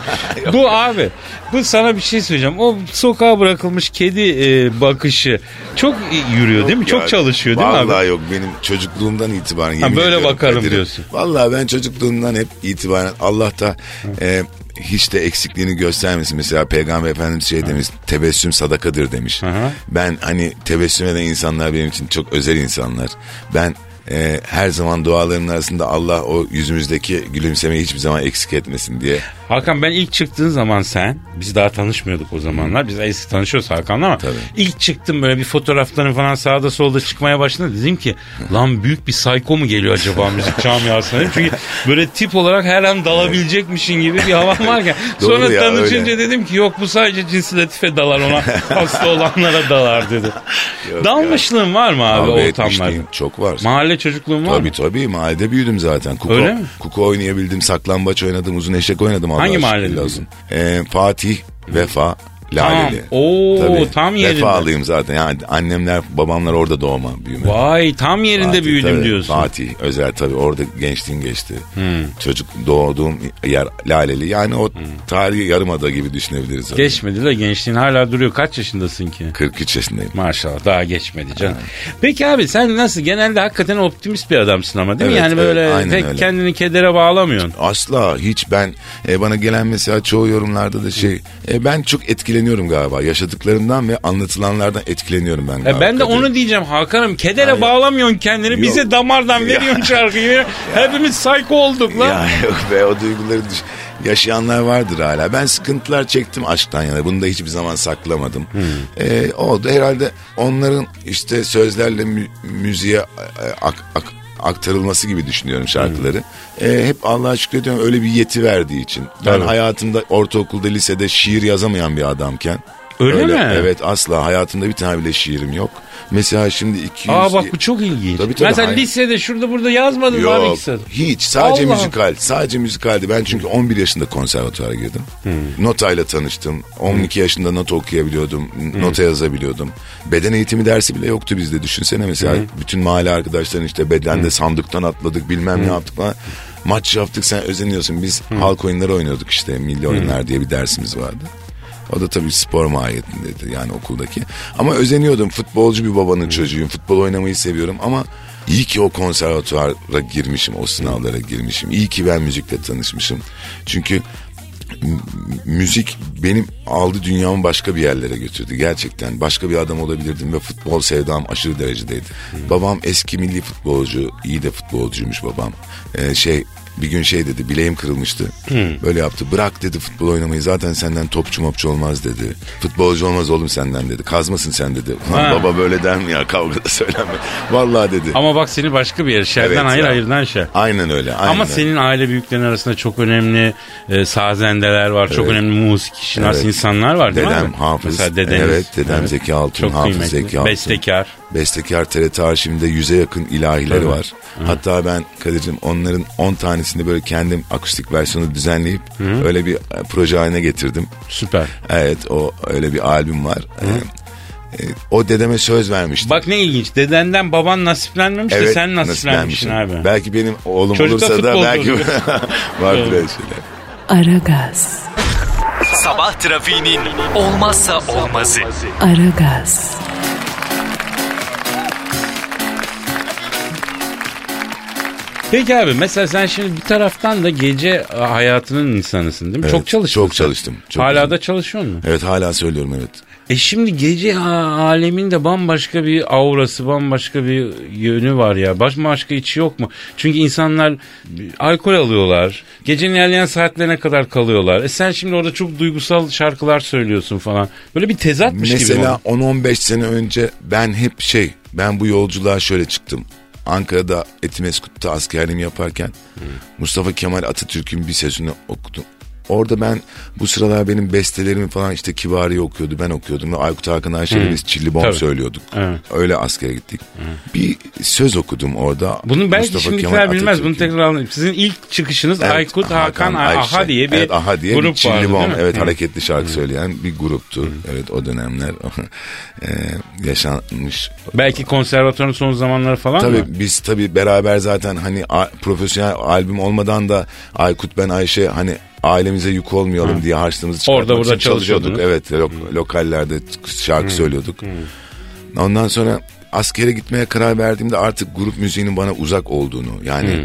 Speaker 2: bu abi, bu sana bir şey söyleyeceğim. O sokağa bırakılmış kedi e, bakışı çok e, yürüyor değil mi?
Speaker 5: Yok ya,
Speaker 2: çok çalışıyor değil mi abi?
Speaker 5: Vallahi yok benim çocukluğumdan itibaren yemin
Speaker 2: böyle
Speaker 5: ediyorum
Speaker 2: bakarım
Speaker 5: Kadir'im.
Speaker 2: diyorsun.
Speaker 5: Vallahi ben çocukluğumdan hep itibaren Allah da e, hiç de eksikliğini göstermesin. Mesela Peygamber Efendimiz şey demiş tebessüm sadakadır demiş. Ben hani tebessüm eden insanlar benim için çok özel insanlar. Ben e, her zaman dualarımın arasında Allah o yüzümüzdeki gülümsemeyi hiçbir zaman eksik etmesin diye.
Speaker 2: Hakan ben ilk çıktığın zaman sen biz daha tanışmıyorduk o zamanlar. Biz eski tanışıyoruz Hakan'la ama ilk çıktım böyle bir fotoğrafların falan sağda solda çıkmaya başladı. Dedim ki lan büyük bir sayko mu geliyor acaba müzik camiasına? dedim. Çünkü böyle tip olarak her an dalabilecekmişin gibi bir havan varken.
Speaker 5: Doğru
Speaker 2: Sonra
Speaker 5: ya,
Speaker 2: tanışınca
Speaker 5: öyle.
Speaker 2: dedim ki yok bu sadece cinsi latife dalar ona hasta olanlara dalar dedi.
Speaker 5: ya.
Speaker 2: Dalmışlığın var mı abi,
Speaker 5: Kavga
Speaker 2: ortamlarda?
Speaker 5: etmişliğim Çok var.
Speaker 2: Mahalle çocukluğun var
Speaker 5: tabii,
Speaker 2: mı?
Speaker 5: Tabii mahallede büyüdüm zaten. Kuku,
Speaker 2: Öyle mi?
Speaker 5: Kuku oynayabildim, saklambaç oynadım, uzun eşek oynadım.
Speaker 2: Hangi
Speaker 5: aşkına
Speaker 2: mahallede
Speaker 5: lazım? Ee, Fatih, Vefa, Laleli.
Speaker 2: Tamam. Oo, tam yerinde.
Speaker 5: Vefalıyım zaten. Yani annemler, babamlar orada doğma büyüme.
Speaker 2: Vay tam yerinde
Speaker 5: Fatih,
Speaker 2: büyüdüm
Speaker 5: tabii.
Speaker 2: diyorsun.
Speaker 5: Fatih özel tabii orada gençliğim geçti.
Speaker 2: Hmm.
Speaker 5: Çocuk doğduğum yer Laleli. Yani o tarihi yarımada gibi düşünebiliriz.
Speaker 2: Geçmedi de gençliğin hala duruyor. Kaç yaşındasın ki?
Speaker 5: 43 yaşındayım.
Speaker 2: Maşallah daha geçmedi canım. Peki abi sen nasıl? Genelde hakikaten optimist bir adamsın ama değil mi?
Speaker 5: Evet,
Speaker 2: Yani
Speaker 5: evet,
Speaker 2: böyle
Speaker 5: aynen
Speaker 2: pek
Speaker 5: öyle.
Speaker 2: kendini kedere bağlamıyorsun.
Speaker 5: Asla hiç ben e, bana gelen mesela çoğu yorumlarda da şey e, ben çok etkileniyorum galiba yaşadıklarımdan ve anlatılanlardan etkileniyorum ben.
Speaker 2: E
Speaker 5: galiba.
Speaker 2: ben de
Speaker 5: Kadir.
Speaker 2: onu diyeceğim Hakan'ım. Kedere bağlamıyorsun kendini.
Speaker 5: Yok.
Speaker 2: Bize damardan
Speaker 5: Ya.
Speaker 2: veriyorsun şarkıyı. Hepimiz psycho olduk lan.
Speaker 5: Ya yok be o duyguları düş- yaşayanlar vardır hala. Ben sıkıntılar çektim aşktan yana. Bunu da hiçbir zaman saklamadım.
Speaker 2: Hmm.
Speaker 5: E, oldu herhalde onların işte sözlerle mü- müziğe e, ak- ak- aktarılması gibi düşünüyorum şarkıları. E, hep Allah'a şükrediyorum öyle bir yeti verdiği için. Ben
Speaker 2: Hmm. Evet.
Speaker 5: hayatımda ortaokulda lisede şiir yazamayan bir adamken.
Speaker 2: Öyle mi?
Speaker 5: Evet asla hayatımda bir tane bile şiirim yok. Mesela şimdi 200...
Speaker 2: Aa bak bu çok ilginç.
Speaker 5: Tabii tabii.
Speaker 2: Mesela
Speaker 5: hay-
Speaker 2: lisede şurada burada yazmadın mı abi
Speaker 5: Yok,
Speaker 2: ikisi?
Speaker 5: hiç sadece
Speaker 2: Allah.
Speaker 5: müzikal sadece müzikaldi ben çünkü 11 yaşında konservatuara girdim
Speaker 2: Hmm.
Speaker 5: notayla tanıştım 12 yaşında nota okuyabiliyordum
Speaker 2: Hmm.
Speaker 5: n- nota yazabiliyordum beden eğitimi dersi bile yoktu bizde düşünsene mesela
Speaker 2: Hmm.
Speaker 5: bütün mahalle arkadaşların işte bedende sandıktan atladık bilmem
Speaker 2: Hmm.
Speaker 5: ne yaptık falan. maç yaptık sen özeniyorsun biz halk oyunları oynuyorduk işte milli
Speaker 2: Hmm.
Speaker 5: oyunlar diye bir dersimiz vardı o da tabii spor mahiyetindeydi yani okuldaki. Ama özeniyordum. Futbolcu bir babanın çocuğuyum. Futbol oynamayı seviyorum ama iyi ki o konservatuara girmişim. O sınavlara girmişim. İyi ki ben müzikle tanışmışım. Çünkü m- müzik benim aldı dünyamı başka bir yerlere götürdü gerçekten. Başka bir adam olabilirdim ve futbol sevdam aşırı derecedeydi. Babam eski milli futbolcu, iyi de futbolcuymuş babam. Ee, şey bir gün şey dedi bileğim kırılmıştı.
Speaker 2: Hmm.
Speaker 13: Hı.
Speaker 5: Böyle yaptı bırak dedi futbol oynamayı zaten senden topçu mopçu olmaz dedi. Futbolcu olmaz oğlum senden dedi. Kazmasın sen dedi. Ulan
Speaker 2: Ha.
Speaker 5: baba böyle der mi ya kavgada söylenme. Vallahi dedi.
Speaker 2: Ama bak seni başka bir yer. Şerden
Speaker 5: Evet
Speaker 2: hayır
Speaker 5: ya.
Speaker 2: hayırdan şer.
Speaker 5: Aynen öyle. Aynen
Speaker 2: Ama
Speaker 5: öyle.
Speaker 2: senin aile büyüklerin arasında çok önemli e, sazendeler var, çok
Speaker 5: Evet.
Speaker 2: önemli müzik kişi,
Speaker 5: Evet.
Speaker 2: insanlar var değil mi?
Speaker 5: Dedem
Speaker 2: abi?
Speaker 5: hafız.
Speaker 2: Mesela dedeniz.
Speaker 5: Evet, dedem Zeki Altun,
Speaker 2: Çok
Speaker 5: hafız
Speaker 2: kıymetli.
Speaker 5: Zeki Altun.
Speaker 2: Bestekar.
Speaker 5: Bestekar TRT arşivinde yüze yakın ilahileri
Speaker 4: Tabii.
Speaker 5: var.
Speaker 4: Hı.
Speaker 5: Hatta ben Kadir'cim onların 10 tanesini böyle kendim akustik versiyonu düzenleyip
Speaker 4: Hı.
Speaker 5: öyle bir e, proje haline getirdim.
Speaker 2: Süper.
Speaker 5: Evet o öyle bir albüm var. E, e, o dedeme söz vermiştim.
Speaker 2: Bak ne ilginç. Dedenden baban nasiplenmemiş de sen nasiplenmişsin
Speaker 5: nasiplenmişim.
Speaker 2: abi.
Speaker 5: Belki benim oğlum
Speaker 2: Çocuk da
Speaker 5: olursa da
Speaker 2: futbolcu
Speaker 5: belki
Speaker 2: olacak.
Speaker 5: vardır
Speaker 2: Evet.
Speaker 5: öyle şeyler.
Speaker 1: Aragaz,
Speaker 12: Sabah trafiğinin olmazsa olmazı.
Speaker 1: Aragaz,
Speaker 2: Peki abi mesela sen şimdi bir taraftan da gece e, hayatının insanısın değil mi?
Speaker 5: Evet,
Speaker 2: çok çalıştın.
Speaker 5: Çok
Speaker 2: sen.
Speaker 5: çalıştım. Çok
Speaker 2: Hala
Speaker 5: çalıştım.
Speaker 2: da çalışıyor musun?
Speaker 5: Evet hala söylüyorum evet.
Speaker 2: E şimdi gece a- alemin de bambaşka bir aurası, bambaşka bir yönü var ya. Baş- Başka içi yok mu? Çünkü insanlar bir alkol alıyorlar. Gecenin ilerleyen saatlerine kadar kalıyorlar. E sen şimdi orada çok duygusal şarkılar söylüyorsun falan. Böyle bir tezatmış gibi.
Speaker 5: Mesela
Speaker 2: oldu.
Speaker 5: 10-15 sene önce ben hep şey ben bu yolculuğa şöyle çıktım. Ankara'da Etimeskut'ta askerliğimi yaparken Mustafa Kemal Atatürk'ün bir sözünü okudum. Orada ben bu sıralar benim bestelerimi falan işte Kibari'yi okuyordu ben okuyordum. ve Aykut Hakan Ayşe'yle
Speaker 2: Hı.
Speaker 5: biz Çilli Bomb
Speaker 2: Tabii.
Speaker 5: söylüyorduk.
Speaker 2: Evet.
Speaker 5: Öyle askere gittik. Bir söz okudum orada.
Speaker 2: Bunu belki
Speaker 5: Mustafa
Speaker 2: şimdikiler
Speaker 5: Kemal
Speaker 2: bilmez. Bunu
Speaker 5: Atatürk'ün.
Speaker 2: tekrar anlayayım. Sizin ilk çıkışınız
Speaker 5: Evet,
Speaker 2: Aykut, Hakan,
Speaker 5: Ayşe.
Speaker 2: Aha diye bir
Speaker 5: evet, Aha diye bir
Speaker 2: grup
Speaker 5: Çilli
Speaker 2: vardı
Speaker 5: Bomb.
Speaker 2: değil mi? Hani
Speaker 5: Evet
Speaker 2: Hı.
Speaker 5: hareketli şarkı söyleyen bir gruptu. Evet o dönemler e, yaşanmış.
Speaker 2: Belki konservatuarın son zamanları falan
Speaker 5: Tabii
Speaker 2: mı?
Speaker 5: biz tabii beraber zaten hani a- profesyonel albüm olmadan da Aykut ben Ayşe hani ailemize yük olmayalım
Speaker 2: Hı.
Speaker 5: diye harçlığımızı
Speaker 2: Orada
Speaker 5: çıkartmak
Speaker 2: burada
Speaker 5: için çalışıyorduk.
Speaker 2: çalışıyordunuz.
Speaker 5: Evet lo- lokallerde şarkı
Speaker 2: Hı.
Speaker 5: söylüyorduk. Ondan sonra askere gitmeye karar verdiğimde artık grup müziğinin bana uzak olduğunu yani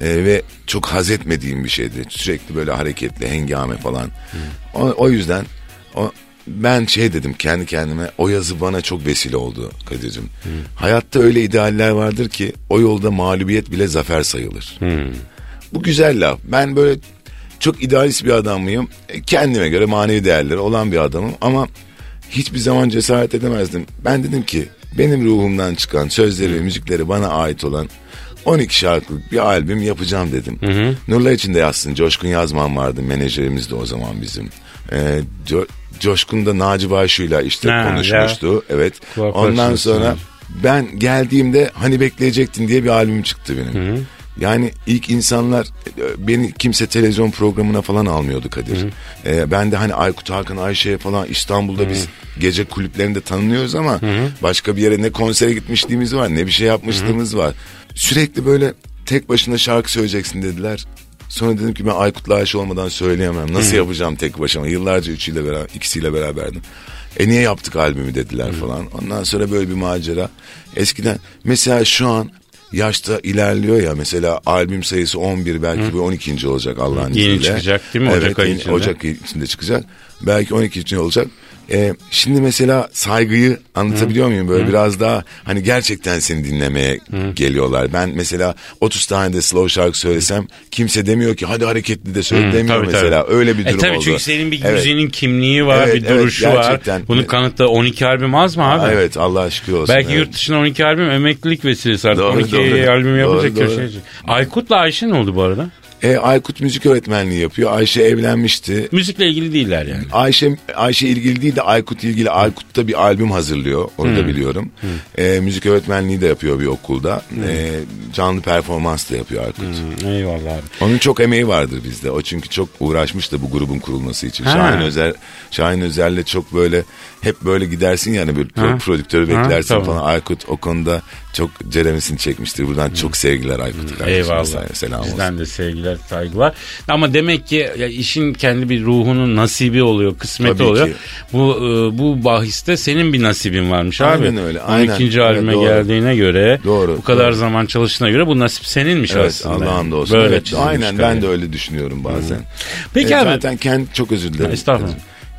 Speaker 5: e, ve çok haz etmediğim bir şeydi. Sürekli böyle hareketli, hengame falan. O, o yüzden o, ben şey dedim kendi kendime o yazı bana çok vesile oldu Kadir'cim. Hayatta öyle idealler vardır ki o yolda mağlubiyet bile zafer sayılır. Bu güzel laf. Ben böyle çok idealist bir adam mıyım? E, Kendime göre manevi değerleri olan bir adamım ama hiçbir zaman cesaret edemezdim. Ben dedim ki benim ruhumdan çıkan sözleri ve müzikleri bana ait olan 12 şarkılık bir albüm yapacağım dedim. Nurla için de yazsın. Coşkun Yazman vardı menajerimiz de o zaman bizim. E, Co- Coşkun da Naci Bayşu'yla işte
Speaker 2: Ha,
Speaker 5: konuşmuştu.
Speaker 2: ya.
Speaker 5: Evet.
Speaker 2: Kulak
Speaker 5: Ondan
Speaker 2: karşısında.
Speaker 5: sonra ben geldiğimde hani bekleyecektin diye bir albüm çıktı benim. Yani ilk insanlar e, beni kimse televizyon programına falan almıyordu Kadir. E, ben de hani Aykut Hakan Ayşe falan İstanbul'da biz gece kulüplerinde tanınıyoruz ama başka bir yere ne konsere gitmişliğimiz var ne bir şey yapmışlığımız var. Sürekli böyle tek başına şarkı söyleyeceksin dediler. Sonra dedim ki ben Aykut'la Ayşe olmadan söyleyemem. Nasıl
Speaker 4: Hı.
Speaker 5: yapacağım tek başıma? Yıllarca üçüyle beraber, ikisiyle beraberdim. E niye yaptık albümü dediler falan. Ondan sonra böyle bir macera. Eskiden mesela şu an yaşta ilerliyor ya mesela albüm sayısı 11 belki
Speaker 2: Hı.
Speaker 5: bir 12. olacak Allah'ın
Speaker 2: Yeni
Speaker 5: izniyle.
Speaker 2: çıkacak değil mi?
Speaker 5: Evet,
Speaker 2: Ocak ayı
Speaker 5: yeni-
Speaker 2: içinde.
Speaker 5: Ocak ayı içinde çıkacak. Belki 12. içinde olacak. E, şimdi mesela saygıyı anlatabiliyor muyum? Böyle
Speaker 4: Hı.
Speaker 5: biraz daha hani gerçekten seni dinlemeye geliyorlar. Ben mesela 30 tane de slow şarkı söylesem kimse demiyor ki hadi hareketli de söyle
Speaker 2: Hı,
Speaker 5: demiyor
Speaker 2: tabii,
Speaker 5: mesela.
Speaker 2: tabii.
Speaker 5: Öyle bir durum
Speaker 2: e, tabii
Speaker 5: oldu.
Speaker 2: çünkü senin bir
Speaker 5: Evet.
Speaker 2: müziğinin kimliği var,
Speaker 5: Evet,
Speaker 2: bir
Speaker 5: evet,
Speaker 2: duruşu
Speaker 5: gerçekten. E,
Speaker 2: var. Bunu kanıtla 12 albüm az mı abi?
Speaker 5: Aa, evet, Allah aşkına olsun,
Speaker 2: Belki
Speaker 5: evet.
Speaker 2: yurt dışına 12 albüm emeklilik vesilesi artık.
Speaker 5: Doğru,
Speaker 2: 12
Speaker 5: doğru.
Speaker 2: albüm yapacak
Speaker 5: Doğru, doğru.
Speaker 2: köşeye. Aykut'la Ayşe ne oldu bu arada?
Speaker 5: E, Aykut müzik öğretmenliği yapıyor. Ayşe evlenmişti.
Speaker 2: Müzikle ilgili değiller yani.
Speaker 5: Ayşe Ayşe ilgili değil de Aykut ilgili. Aykut da bir albüm hazırlıyor. Onu da
Speaker 2: Hmm. Hmm.
Speaker 5: biliyorum. E, müzik öğretmenliği de yapıyor bir okulda. E, canlı performans da yapıyor Aykut.
Speaker 2: Eyvallah abi.
Speaker 5: Onun çok emeği vardır bizde. O çünkü çok uğraşmış da bu grubun kurulması için.
Speaker 2: Ha.
Speaker 5: Şahin Özer Şahin Özer'le çok böyle hep böyle gidersin yani bir pro-
Speaker 2: Ha.
Speaker 5: prodüktörü
Speaker 2: Ha,
Speaker 5: beklersin
Speaker 2: tamam.
Speaker 5: falan. Aykut o konuda çok ceremesini çekmiştir. Buradan çok sevgiler Aykut'a kardeşim.
Speaker 2: Hmm. Eyvallah.
Speaker 5: Selam olsun.
Speaker 2: Bizden de sevgiler, saygılar. Ama demek ki ya işin kendi bir ruhunun nasibi oluyor, kısmeti
Speaker 5: Tabii
Speaker 2: oluyor.
Speaker 5: ki.
Speaker 2: Bu e, bu bahiste senin bir nasibin varmış abi.
Speaker 5: Aynen öyle, aynen.
Speaker 2: 12.
Speaker 5: Evet,
Speaker 2: albüme
Speaker 5: doğru.
Speaker 2: geldiğine göre,
Speaker 5: Doğru,
Speaker 2: bu kadar
Speaker 5: doğru.
Speaker 2: zaman çalıştığına göre bu nasip seninmiş
Speaker 5: Evet,
Speaker 2: aslında.
Speaker 5: Allah'ım da olsun.
Speaker 2: Böyle Hmm.
Speaker 5: Evet,
Speaker 2: çizilmiş
Speaker 5: aynen,
Speaker 2: tabii.
Speaker 5: ben de öyle düşünüyorum bazen.
Speaker 2: Peki abi.
Speaker 5: E, Zaten kendi çok özür dilerim.
Speaker 2: Ha, estağfurullah.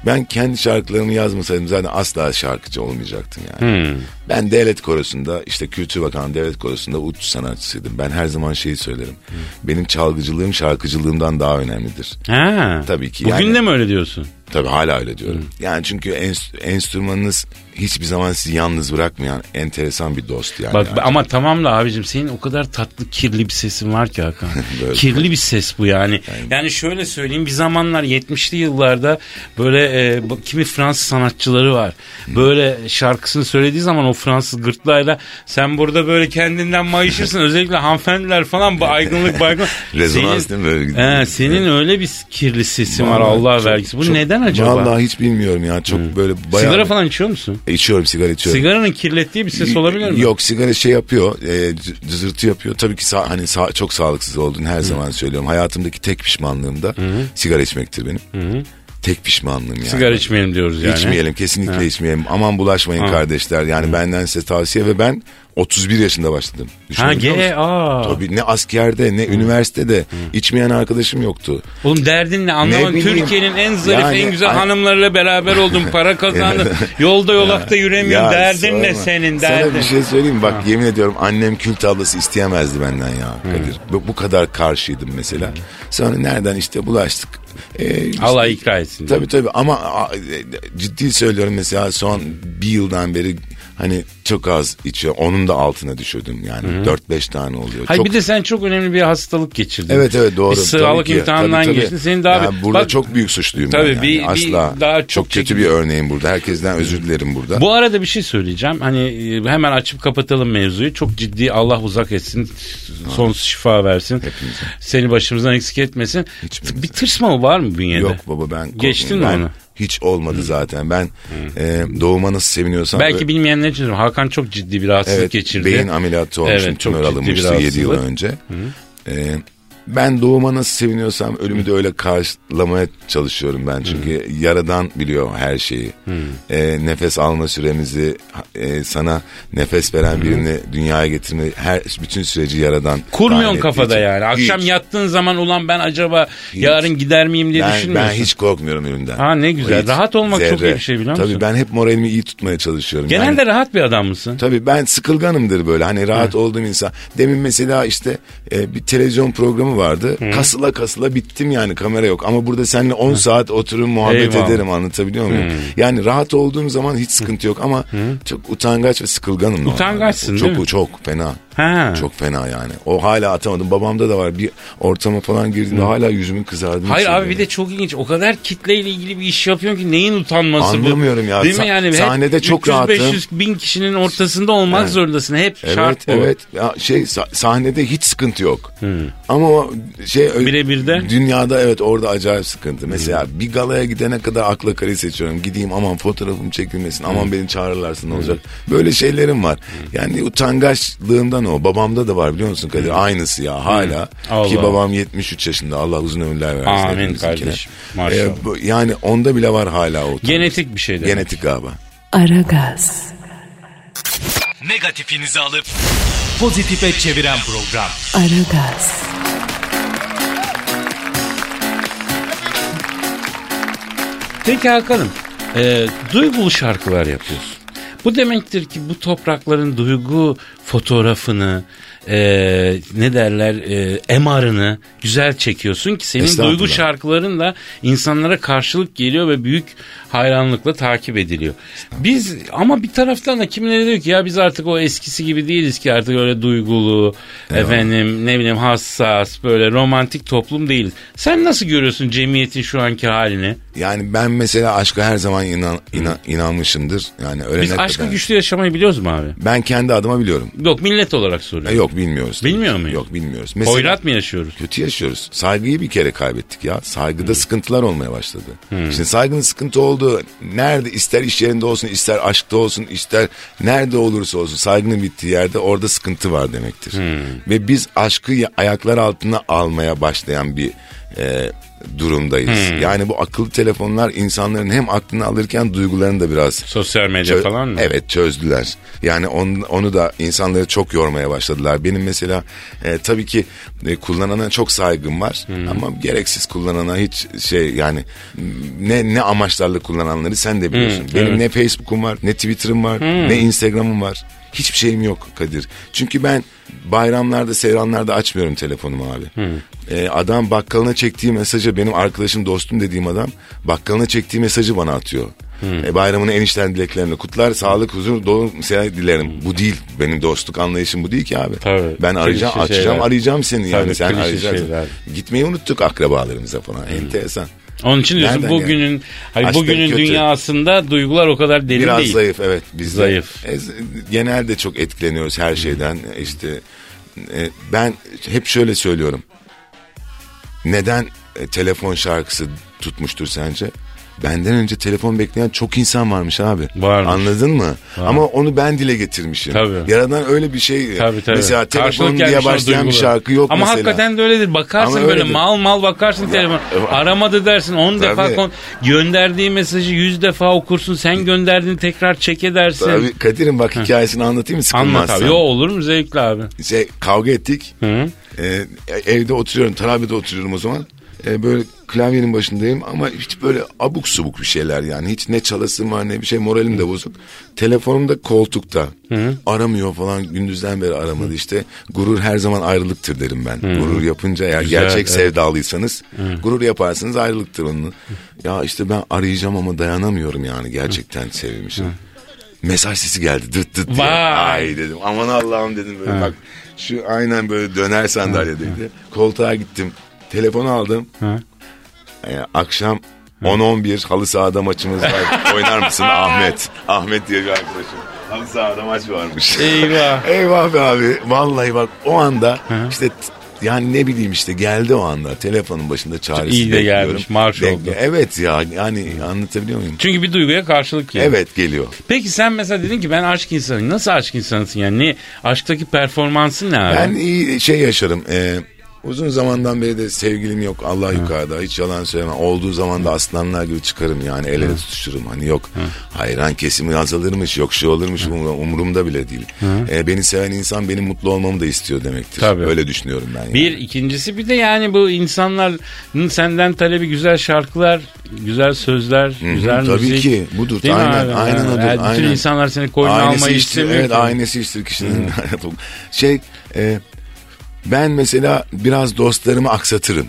Speaker 5: Ben kendi şarkılarımı yazmasaydım zaten asla şarkıcı olmayacaktım yani.
Speaker 2: Hmm.
Speaker 5: Ben devlet korosunda işte Kültür Bakanı devlet korosunda uç sanatçısıydım. Ben her zaman şeyi söylerim.
Speaker 2: Hmm.
Speaker 5: Benim çalgıcılığım şarkıcılığımdan daha önemlidir.
Speaker 2: Ha.
Speaker 5: Tabii ki.
Speaker 2: Bugün
Speaker 5: yani-
Speaker 2: de mi öyle diyorsun? Hmm.
Speaker 5: Tabii hala öyle diyorum. Yani çünkü ens- enstrümanınız hiçbir zaman sizi yalnız bırakmayan enteresan bir dost yani.
Speaker 2: Bak ama tamam da abicim senin o kadar tatlı kirli bir sesin var ki Hakan. kirli bir ses bu yani. Yani şöyle söyleyeyim bir zamanlar 70'li yıllarda böyle e, bu- kimi Fransız sanatçıları var. Böyle şarkısını söylediği zaman o Fransız gırtlağıyla sen burada böyle kendinden mayışırsın. Özellikle hanımefendiler falan bu aygınlık baygınlık.
Speaker 5: Rezonans
Speaker 2: Senin-
Speaker 5: değil mi? Böyle-
Speaker 2: He, senin öyle bir kirli sesin var
Speaker 5: Vallahi
Speaker 2: Allah
Speaker 5: çok-
Speaker 2: vergisi. Bu
Speaker 5: çok-
Speaker 2: neden acaba? Hmm.
Speaker 5: Vallahi hiç bilmiyorum ya. Çok böyle bayağı...
Speaker 2: Sigara falan içiyor musun?
Speaker 5: İçiyorum sigara içiyorum.
Speaker 2: Sigaranın kirlettiği bir ses olabilir mi?
Speaker 5: Yok sigara şey yapıyor, e, cı- cızırtı yapıyor. Tabii ki sa- hani sa- çok sağlıksız olduğunu her zaman söylüyorum. Hayatımdaki tek pişmanlığım da sigara içmektir benim. Tek pişmanlığım yani.
Speaker 2: Sigara içmeyelim diyoruz yani.
Speaker 5: İçmeyelim kesinlikle
Speaker 2: Ha.
Speaker 5: içmeyelim. Aman bulaşmayın
Speaker 2: Ha.
Speaker 5: kardeşler. Yani benden size tavsiye ve ben 31 yaşında başladım. Düşünebiliyor
Speaker 2: ge-
Speaker 5: musun?
Speaker 2: E, aa.
Speaker 5: Tabii ne askerde ne üniversitede içmeyen arkadaşım yoktu.
Speaker 2: Oğlum derdin ne anlamadım.
Speaker 5: Ne bileyim.
Speaker 2: Türkiye'nin en zarif
Speaker 5: Yani,
Speaker 2: en güzel
Speaker 5: ay-
Speaker 2: hanımlarıyla beraber oldum. Para kazandım. Yolda yolakta yüremiyorum.
Speaker 5: Ya
Speaker 2: derdin ne
Speaker 5: sorma.
Speaker 2: senin
Speaker 5: Sana
Speaker 2: derdin?
Speaker 5: bir şey söyleyeyim mi? bak yemin ediyorum annem kül tablası isteyemezdi benden ya
Speaker 2: Hmm.
Speaker 5: Kadir. Bu, bu kadar karşıydım mesela. Sonra nereden işte bulaştık. Ee, işte-
Speaker 2: Allah hikayesini.
Speaker 5: Tabii tabii ama a, e, ciddi söylüyorum mesela son bir yıldan beri hani çok az içiyor. Onun da altına düşürdüm yani.
Speaker 2: Hı.
Speaker 5: 4-5 tane oluyor.
Speaker 2: Hayır
Speaker 5: çok
Speaker 2: bir de sen çok önemli bir hastalık geçirdin.
Speaker 5: Evet evet doğru.
Speaker 2: Bir sağlık
Speaker 5: Tabii ki.
Speaker 2: imtihanından
Speaker 5: Tabii, tabii.
Speaker 2: geçtin. Senin daha
Speaker 5: Yani burada çok büyük suçluyum
Speaker 2: Tabii,
Speaker 5: ben yani.
Speaker 2: bir- bir
Speaker 5: Asla.
Speaker 2: daha
Speaker 5: çok, kötü bir örneğim burada. Herkesten özür dilerim burada.
Speaker 2: Bu arada bir şey söyleyeceğim. Hani e, hemen açıp kapatalım mevzuyu. Çok ciddi Allah uzak etsin. Sonsuz şifa versin. Seni başımızdan eksik etmesin. Bir tırsma var mı bünyede?
Speaker 5: Yok baba ben
Speaker 2: Geçtin mi
Speaker 5: korkmuyorum. Ben-
Speaker 2: onu?
Speaker 5: Hiç olmadı zaten. Ben e, doğuma nasıl seviniyorsam
Speaker 2: Belki
Speaker 5: ö-
Speaker 2: bilmeyenler için söylüyorum. Hakan çok ciddi bir rahatsızlık
Speaker 5: evet,
Speaker 2: geçirdi.
Speaker 5: beyin ameliyatı olmuştum.
Speaker 2: Evet, çok
Speaker 5: tümör
Speaker 2: ciddi bir
Speaker 5: alınmıştı 7 yıl
Speaker 2: rahatsızlık.
Speaker 5: önce. E, ben doğuma nasıl seviniyorsam ölümü de öyle karşılamaya çalışıyorum ben. Çünkü yaradan biliyor her şeyi. E, nefes alma süremizi e, sana nefes veren birini dünyaya getirme her bütün süreci yaradan.
Speaker 2: Kurmuyorsun
Speaker 5: tayin ettiği
Speaker 2: kafada
Speaker 5: için-
Speaker 2: yani. Akşam
Speaker 5: Hiç.
Speaker 2: yattığın zaman ulan ben acaba
Speaker 5: Hiç.
Speaker 2: yarın gider miyim diye
Speaker 5: ben, ben
Speaker 2: düşünmüyorsun.
Speaker 5: hiç korkmuyorum ölümden.
Speaker 2: Ha, ne güzel. Rahat olmak çok iyi bir şey biliyor musun?
Speaker 5: Tabii ben hep moralimi iyi tutmaya çalışıyorum.
Speaker 2: Genelde rahat bir adam mısın?
Speaker 5: Tabii ben sıkılganımdır böyle hani rahat olduğum insan. Demin mesela işte e, bir televizyon programı vardı. Kasıla kasıla bittim yani kamera yok. Ama burada seninle 10 saat oturur muhabbet
Speaker 2: Eyvallah.
Speaker 5: ederim anlatabiliyor muyum?
Speaker 2: Hı.
Speaker 5: Yani rahat olduğum zaman hiç sıkıntı yok ama çok utangaç ve sıkılganım. normalde.
Speaker 2: Utangaçsın
Speaker 5: çok,
Speaker 2: değil mi?
Speaker 5: Çok fena.
Speaker 2: Ha.
Speaker 5: Çok fena yani. O hala atamadım. Babamda da var. Bir ortama falan girdiğimde
Speaker 2: Hı.
Speaker 5: hala yüzümün kızardığını
Speaker 2: Hayır
Speaker 5: hissediyorum.
Speaker 2: abi bir de çok ilginç. O kadar kitleyle ilgili bir iş yapıyorsun ki neyin utanması bu?
Speaker 5: Anlamıyorum ya.
Speaker 2: Değil mi
Speaker 5: Sa-
Speaker 2: yani? Hep
Speaker 5: sahnede çok rahatım.
Speaker 2: 300-500 bin kişinin ortasında olmak
Speaker 5: Evet.
Speaker 2: zorundasın. Hep
Speaker 5: Evet
Speaker 2: şart bu. Hmm.
Speaker 5: evet ya şey sa- sahnede hiç sıkıntı yok. Ama o şey ö- dünyada evet orada acayip sıkıntı. Mesela
Speaker 2: Hmm.
Speaker 5: bir galaya gidene kadar akla kare seçiyorum. Gideyim aman fotoğrafım çekilmesin. Aman
Speaker 2: Hmm.
Speaker 5: beni çağırırlarsa ne olacak? Böyle şeylerim var. Yani utangaçlığımdan o. Babamda da var biliyor musun Kadir? Aynısı ya hala.
Speaker 2: Hmm. Allah.
Speaker 5: Ki babam 73 yaşında. Allah uzun ömürler versin.
Speaker 2: Amin
Speaker 5: hepimizinkine. Ee,
Speaker 2: kardeşim. Maşallah.
Speaker 5: bu- yani onda bile var hala o. utangaçlık.
Speaker 2: Genetik bir şey demek.
Speaker 5: Genetik galiba.
Speaker 1: Aragaz,
Speaker 12: Negatifinizi alıp pozitife çeviren program.
Speaker 1: Aragaz,
Speaker 2: Peki Hakan'ım e, duygulu şarkılar yapıyorsun. Bu demektir ki bu toprakların duygu fotoğrafını e, ne derler e, emarını güzel çekiyorsun ki senin
Speaker 5: Estağfurullah.
Speaker 2: duygu şarkıların da insanlara karşılık geliyor ve büyük hayranlıkla takip ediliyor. Biz ama bir taraftan da kimileri diyor ki ya biz artık o eskisi gibi değiliz ki artık öyle duygulu efendim ne bileyim hassas böyle romantik toplum değiliz. Sen nasıl görüyorsun cemiyetin şu anki halini?
Speaker 5: Yani ben mesela aşka her zaman inan, inan- inanmışımdır. Yani ölene
Speaker 2: Biz
Speaker 5: kadar.
Speaker 2: aşkı güçlü yaşamayı biliyoruz mu abi?
Speaker 5: Ben kendi adıma biliyorum.
Speaker 2: Yok millet olarak soruyorum.
Speaker 5: E, yok bilmiyoruz.
Speaker 2: Bilmiyor muyuz?
Speaker 5: Yok bilmiyoruz.
Speaker 2: Hoyrat mı yaşıyoruz?
Speaker 5: Kötü yaşıyoruz. Saygıyı bir kere kaybettik ya. Saygıda sıkıntılar olmaya başladı. Şimdi saygının sıkıntı olduğu nerede ister iş yerinde olsun ister aşkta olsun ister nerede olursa olsun saygının bittiği yerde orada sıkıntı var demektir. Ve biz aşkı ya- ayaklar altına almaya başlayan bir e, durumdayız.
Speaker 2: Hmm.
Speaker 5: Yani bu akıllı telefonlar insanların hem aklını alırken duygularını da biraz
Speaker 2: Sosyal medya
Speaker 5: Çö-
Speaker 2: falan mı?
Speaker 5: Evet çözdüler. Yani on- onu da insanları çok yormaya başladılar. Benim mesela e, tabii ki e, kullanana çok saygım var
Speaker 2: Hmm.
Speaker 5: ama gereksiz kullanana hiç şey yani ne ne amaçlarla kullananları sen de biliyorsun.
Speaker 2: Hı,
Speaker 5: Benim
Speaker 2: Hmm, evet. Hmm.
Speaker 5: ne Facebook'um var, ne Twitter'ım var,
Speaker 2: Hı.
Speaker 5: ne Instagram'ım var. Hiçbir şeyim yok Kadir. Çünkü ben bayramlarda, seyranlarda açmıyorum telefonumu abi.
Speaker 2: Hmm.
Speaker 5: E, adam bakkalına çektiği mesajı benim arkadaşım dostum dediğim adam bakkalına çektiği mesajı bana atıyor. E, bayramını enişten dileklerini kutlar. Sağlık, huzur, doğum seyahat dilerim. Bu değil. Benim dostluk anlayışım bu değil ki abi. Ben arayacağım,
Speaker 4: Hmm. Klişe
Speaker 5: açacağım,
Speaker 4: şeyler.
Speaker 5: arayacağım seni. Yani
Speaker 4: Tabii,
Speaker 5: sen
Speaker 4: klişe
Speaker 5: arayacaksın.
Speaker 4: şeyler. Hmm.
Speaker 5: Gitmeyi unuttuk akrabalarımıza falan. Enteresan.
Speaker 2: Onun için diyorsun
Speaker 5: Nereden
Speaker 2: bugünün
Speaker 5: geldi?
Speaker 2: hayır,
Speaker 5: Açlık
Speaker 2: bugünün
Speaker 5: kötü.
Speaker 2: dünyasında duygular o kadar derin
Speaker 5: Biraz
Speaker 2: değil.
Speaker 5: zayıf evet. Biz de-
Speaker 2: Zayıf.
Speaker 5: e, z- genelde çok etkileniyoruz her şeyden. İşte e, ben hep şöyle söylüyorum. Neden e, telefon şarkısı tutmuştur sence? Benden önce telefon bekleyen çok insan varmış abi. Anladın mı? Ama onu ben dile getirmişim.
Speaker 2: Tabii.
Speaker 5: Yaradan öyle bir şey.
Speaker 2: Tabii, tabii.
Speaker 5: Mesela telefonum
Speaker 2: Karşılık
Speaker 5: diye
Speaker 2: gelmiş o
Speaker 5: başlayan bir
Speaker 2: duygulara.
Speaker 5: şarkı yok
Speaker 2: Ama
Speaker 5: mesela.
Speaker 2: hakikaten de öyledir. Bakarsın
Speaker 5: Ama
Speaker 2: böyle
Speaker 5: öyledir. e,
Speaker 2: mal mal bakarsın telefon. Aramadı dersin 10 defa
Speaker 5: Tabii.
Speaker 2: kon- gönderdiği mesajı 100 defa okursun. Sen gönderdiğini tekrar çek edersin.
Speaker 5: Tabii, Kadir'im bak hikayesini anlatayım mı?
Speaker 2: Anlat
Speaker 5: Sıkılmazsan.
Speaker 2: abi. Yo olur mu zevkli abi.
Speaker 5: şey, kavga ettik. Ee, evde oturuyorum, Tarabya'da oturuyorum o zaman. Ee, böyle klavyenin başındayım ama hiç böyle abuk subuk bir şeyler yani. Hiç ne çalasım var ne bir şey moralim de bozuk. Telefonum da koltukta. Aramıyor falan gündüzden beri aramadı işte. Gurur her zaman ayrılıktır derim ben.
Speaker 4: Hı.
Speaker 5: Gurur yapınca eğer
Speaker 4: Güzel,
Speaker 5: gerçek
Speaker 4: evet.
Speaker 5: sevdalıysanız
Speaker 4: Hı.
Speaker 5: gurur yaparsanız ayrılıktır onun. Ya işte ben arayacağım ama dayanamıyorum yani gerçekten sevmişim. Mesaj sesi geldi dıt dıt diye. Ay dedim aman Allah'ım dedim böyle
Speaker 4: Ha.
Speaker 5: bak şu aynen böyle döner sandalyedeydi. Koltuğa gittim. Telefonu aldım. Ee, akşam 10-11 halı sahada maçımız var. Oynar mısın Ahmet? Ahmet diye bir arkadaşım. Halı sahada maç varmış.
Speaker 2: Eyvah.
Speaker 5: Eyvah be abi. Vallahi bak o anda işte t- yani ne bileyim işte geldi o anda. Telefonun başında çaresi
Speaker 2: iyi de
Speaker 5: bekliyorum.
Speaker 2: gelmiş, marş
Speaker 5: Bekle-
Speaker 2: oldu.
Speaker 5: Evet ya yani anlatabiliyor muyum?
Speaker 2: Çünkü bir duyguya karşılık yani.
Speaker 5: Evet geliyor.
Speaker 2: Peki sen mesela dedin ki ben aşk insanıyım. Nasıl aşk insanısın yani? Ne, aşktaki performansın ne abi?
Speaker 5: Ben iyi şey yaşarım. e, uzun zamandan beri de sevgilim yok. Allah yukarıda. Hiç yalan söylemem. Olduğu zaman da aslanlar gibi çıkarım yani. El ele tutuşurum. Hani yok hayran kesimi azalırmış. Yok şey olurmuş. umur- Umurumda bile değil.
Speaker 2: Hı.
Speaker 5: E, beni seven insan benim mutlu olmamı da istiyor demektir. Öyle düşünüyorum ben. Yani.
Speaker 2: Bir ikincisi bir de yani bu insanların senden talebi güzel şarkılar, güzel sözler,
Speaker 5: hı,
Speaker 2: güzel
Speaker 5: tabii
Speaker 2: müzik.
Speaker 5: ki, budur.
Speaker 2: Değil mi
Speaker 5: Aynen,
Speaker 2: abi?
Speaker 5: aynen odur,
Speaker 2: Yani bütün
Speaker 5: aynen.
Speaker 2: insanlar seni koynuna
Speaker 5: Aynesi
Speaker 2: almayı
Speaker 5: işte,
Speaker 2: istemiyor.
Speaker 5: Evet
Speaker 2: ki.
Speaker 5: aynesi işte kişinin. şey e, ben mesela biraz dostlarımı aksatırım.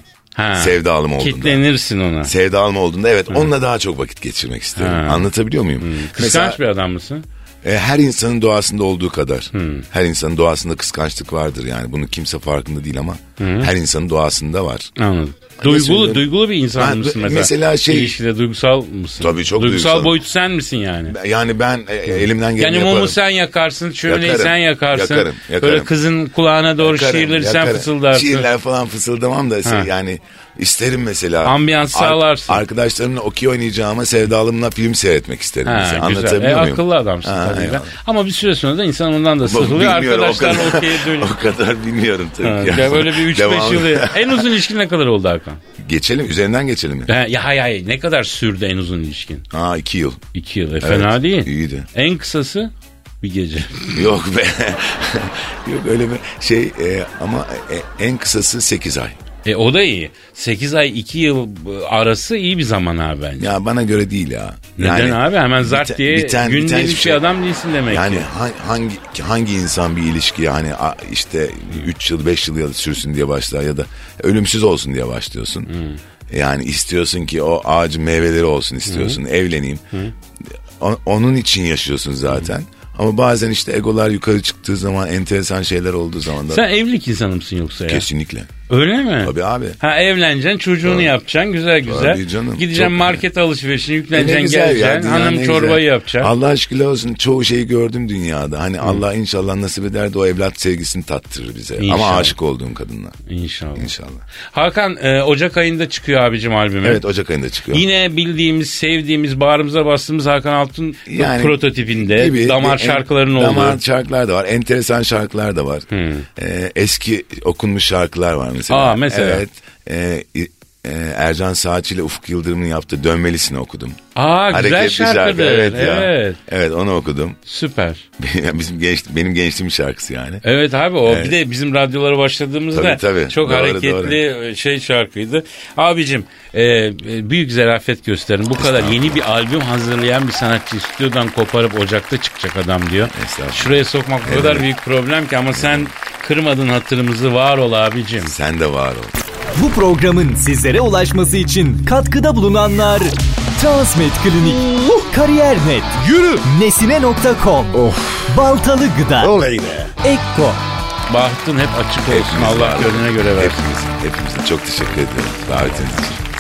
Speaker 5: Sevdalım olduğunda.
Speaker 2: Kitlenirsin ona.
Speaker 5: Sevdalım olduğunda evet onunla daha çok vakit geçirmek isterim.
Speaker 2: Ha. Hmm.
Speaker 5: Anlatabiliyor muyum?
Speaker 2: Kıskanç bir Hmm. adam mısın?
Speaker 5: E, her insanın doğasında olduğu kadar. Her insanın doğasında kıskançlık vardır yani. Bunu kimse farkında değil ama
Speaker 2: Hı.
Speaker 5: her insanın doğasında var.
Speaker 2: Anladım.
Speaker 5: Ne
Speaker 2: Duygulu,
Speaker 5: söylüyorum?
Speaker 2: duygulu bir insan
Speaker 5: Ben-
Speaker 2: mısın mesela?
Speaker 5: Mesela şey...
Speaker 2: İlişkide duygusal mısın?
Speaker 5: Tabii
Speaker 2: duygusal
Speaker 5: çok duygusalım.
Speaker 2: boyutu sen misin yani?
Speaker 5: Yani ben e, elimden geleni
Speaker 2: Yani
Speaker 5: yaparım.
Speaker 2: mumu sen yakarsın, şömineyi
Speaker 5: Yakarım,
Speaker 2: sen yakarsın.
Speaker 5: yakarım, yakarım.
Speaker 2: Böyle kızın kulağına doğru
Speaker 5: Yakarım,
Speaker 2: şiirleri sen
Speaker 5: yakarım.
Speaker 2: fısıldarsın.
Speaker 5: Şiirler falan fısıldamam da
Speaker 2: Ha.
Speaker 5: yani isterim mesela.
Speaker 2: Ambiyans
Speaker 5: Ar-
Speaker 2: sağlarsın.
Speaker 5: Arkadaşlarımla okey oynayacağıma sevdalımla film seyretmek isterim.
Speaker 2: Ha,
Speaker 5: mesela.
Speaker 2: güzel.
Speaker 5: Anlatabiliyor
Speaker 2: E,
Speaker 5: muyum?
Speaker 2: akıllı adamsın
Speaker 5: Ha,
Speaker 2: tabii
Speaker 5: eyvallah.
Speaker 2: ki. Ama bir süre sonra da insan ondan da sıkılıyor.
Speaker 5: Bilmiyorum,
Speaker 2: Arkadaşlar
Speaker 5: o kadar,
Speaker 2: okey dönüyor.
Speaker 5: O kadar bilmiyorum tabii
Speaker 2: Ha,
Speaker 5: ki.
Speaker 2: ya böyle bir 3-5
Speaker 5: Devamlı-
Speaker 2: yıl. En uzun ilişkin ne kadar oldu Hakan?
Speaker 5: Geçelim üzerinden geçelim mi?
Speaker 2: Ha, ya hay hay ne kadar sürdü en uzun ilişkin?
Speaker 5: Aa iki yıl.
Speaker 2: İki yıl. E, fena değil.
Speaker 5: İyiydi.
Speaker 2: En kısası bir gece.
Speaker 5: Yok be. Yok öyle bir şey e, ama e, en kısası 8 ay.
Speaker 2: E o da iyi. 8 ay 2 yıl arası iyi bir zaman abi bence.
Speaker 5: Ya bana göre değil ya.
Speaker 2: Neden
Speaker 5: Yani
Speaker 2: abi? Hemen zart
Speaker 5: biten-
Speaker 2: diye
Speaker 5: biten- biten
Speaker 2: gündelik
Speaker 5: hiçbir
Speaker 2: bir
Speaker 5: şey-
Speaker 2: adam değilsin demek
Speaker 5: Yani
Speaker 2: ki.
Speaker 5: ha- hangi hangi insan bir ilişki yani a- işte 3 yıl 5 yıl ya da sürsün diye başlar ya da ölümsüz olsun diye başlıyorsun.
Speaker 2: Hmm.
Speaker 5: Yani istiyorsun ki o ağacın meyveleri olsun istiyorsun evleneyim. O- onun için yaşıyorsun zaten. Ama bazen işte egolar yukarı çıktığı zaman enteresan şeyler olduğu zaman da
Speaker 2: Sen evlilik insanı mısın yoksa ya?
Speaker 5: kesinlikle.
Speaker 2: Öyle mi?
Speaker 5: Tabii abi.
Speaker 2: Ha evleneceksin, çocuğunu
Speaker 5: Tabii.
Speaker 2: yapacaksın güzel güzel.
Speaker 5: Tabii canım,
Speaker 2: Gideceksin
Speaker 5: çok-
Speaker 2: market alışverişini
Speaker 5: E ne
Speaker 2: yükleneceksin,
Speaker 5: güzel ya,
Speaker 2: geleceksin.
Speaker 5: dünya ne
Speaker 2: hanım
Speaker 5: güzel.
Speaker 2: çorbayı yapacaksın.
Speaker 5: Allah aşkına olsun çoğu şeyi gördüm dünyada. Hani Allah inşallah nasip eder de o evlat sevgisini tattırır bize.
Speaker 2: İnşallah.
Speaker 5: Ama aşık olduğum kadınla.
Speaker 2: İnşallah.
Speaker 5: İnşallah.
Speaker 2: Hakan e, Ocak ayında çıkıyor abicim albümü.
Speaker 5: Evet Ocak ayında çıkıyor.
Speaker 2: Yine bildiğimiz, sevdiğimiz, bağrımıza bastığımız Hakan Altun
Speaker 5: Yani
Speaker 2: prototipinde
Speaker 5: gibi e,
Speaker 2: damar
Speaker 5: en-
Speaker 2: şarkılarının olduğu.
Speaker 5: Damar şarkılar da var. Enteresan şarkılar da var. Ee, eski okunmuş şarkılar var mesela.
Speaker 2: Aa, mesela.
Speaker 5: Evet. Ee, i- e, Ercan Saatçi ile Ufuk Yıldırım'ın yaptığı Dönmelisini okudum.
Speaker 2: Aa, güzel
Speaker 5: Hareketli şarkı,
Speaker 2: şarkıdır,
Speaker 5: Evet, ya.
Speaker 2: evet.
Speaker 5: evet onu okudum.
Speaker 2: Süper.
Speaker 5: Bizim genç, benim gençliğim şarkısı yani.
Speaker 2: Evet abi o
Speaker 5: Evet.
Speaker 2: bir de bizim radyolara başladığımızda
Speaker 5: Tabii, tabii.
Speaker 2: çok
Speaker 5: Doğru,
Speaker 2: hareketli şey şarkıydı. Abicim e, e, büyük zarafet gösterin. Bu kadar yeni bir albüm hazırlayan bir sanatçı stüdyodan koparıp Ocak'ta çıkacak adam diyor. Şuraya sokmak o kadar
Speaker 5: Evet.
Speaker 2: büyük problem ki ama sen kırmadın hatırımızı var ol abicim.
Speaker 5: Sen de var ol.
Speaker 14: Bu programın sizlere ulaşması için katkıda bulunanlar Transmed Klinik, Kariyer.net, Yürü, Nesine.com, Baltalı Gıda,
Speaker 5: Oley
Speaker 14: Ekko,
Speaker 2: Bahtın hep açık olsun.
Speaker 5: Hepimiz
Speaker 2: Allah
Speaker 5: var.
Speaker 2: gönlüne göre versin.
Speaker 5: Hepimize, hepimize çok teşekkür ederim. Davetiniz için.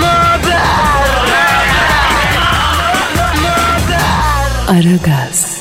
Speaker 15: Möber!
Speaker 1: Aragaz.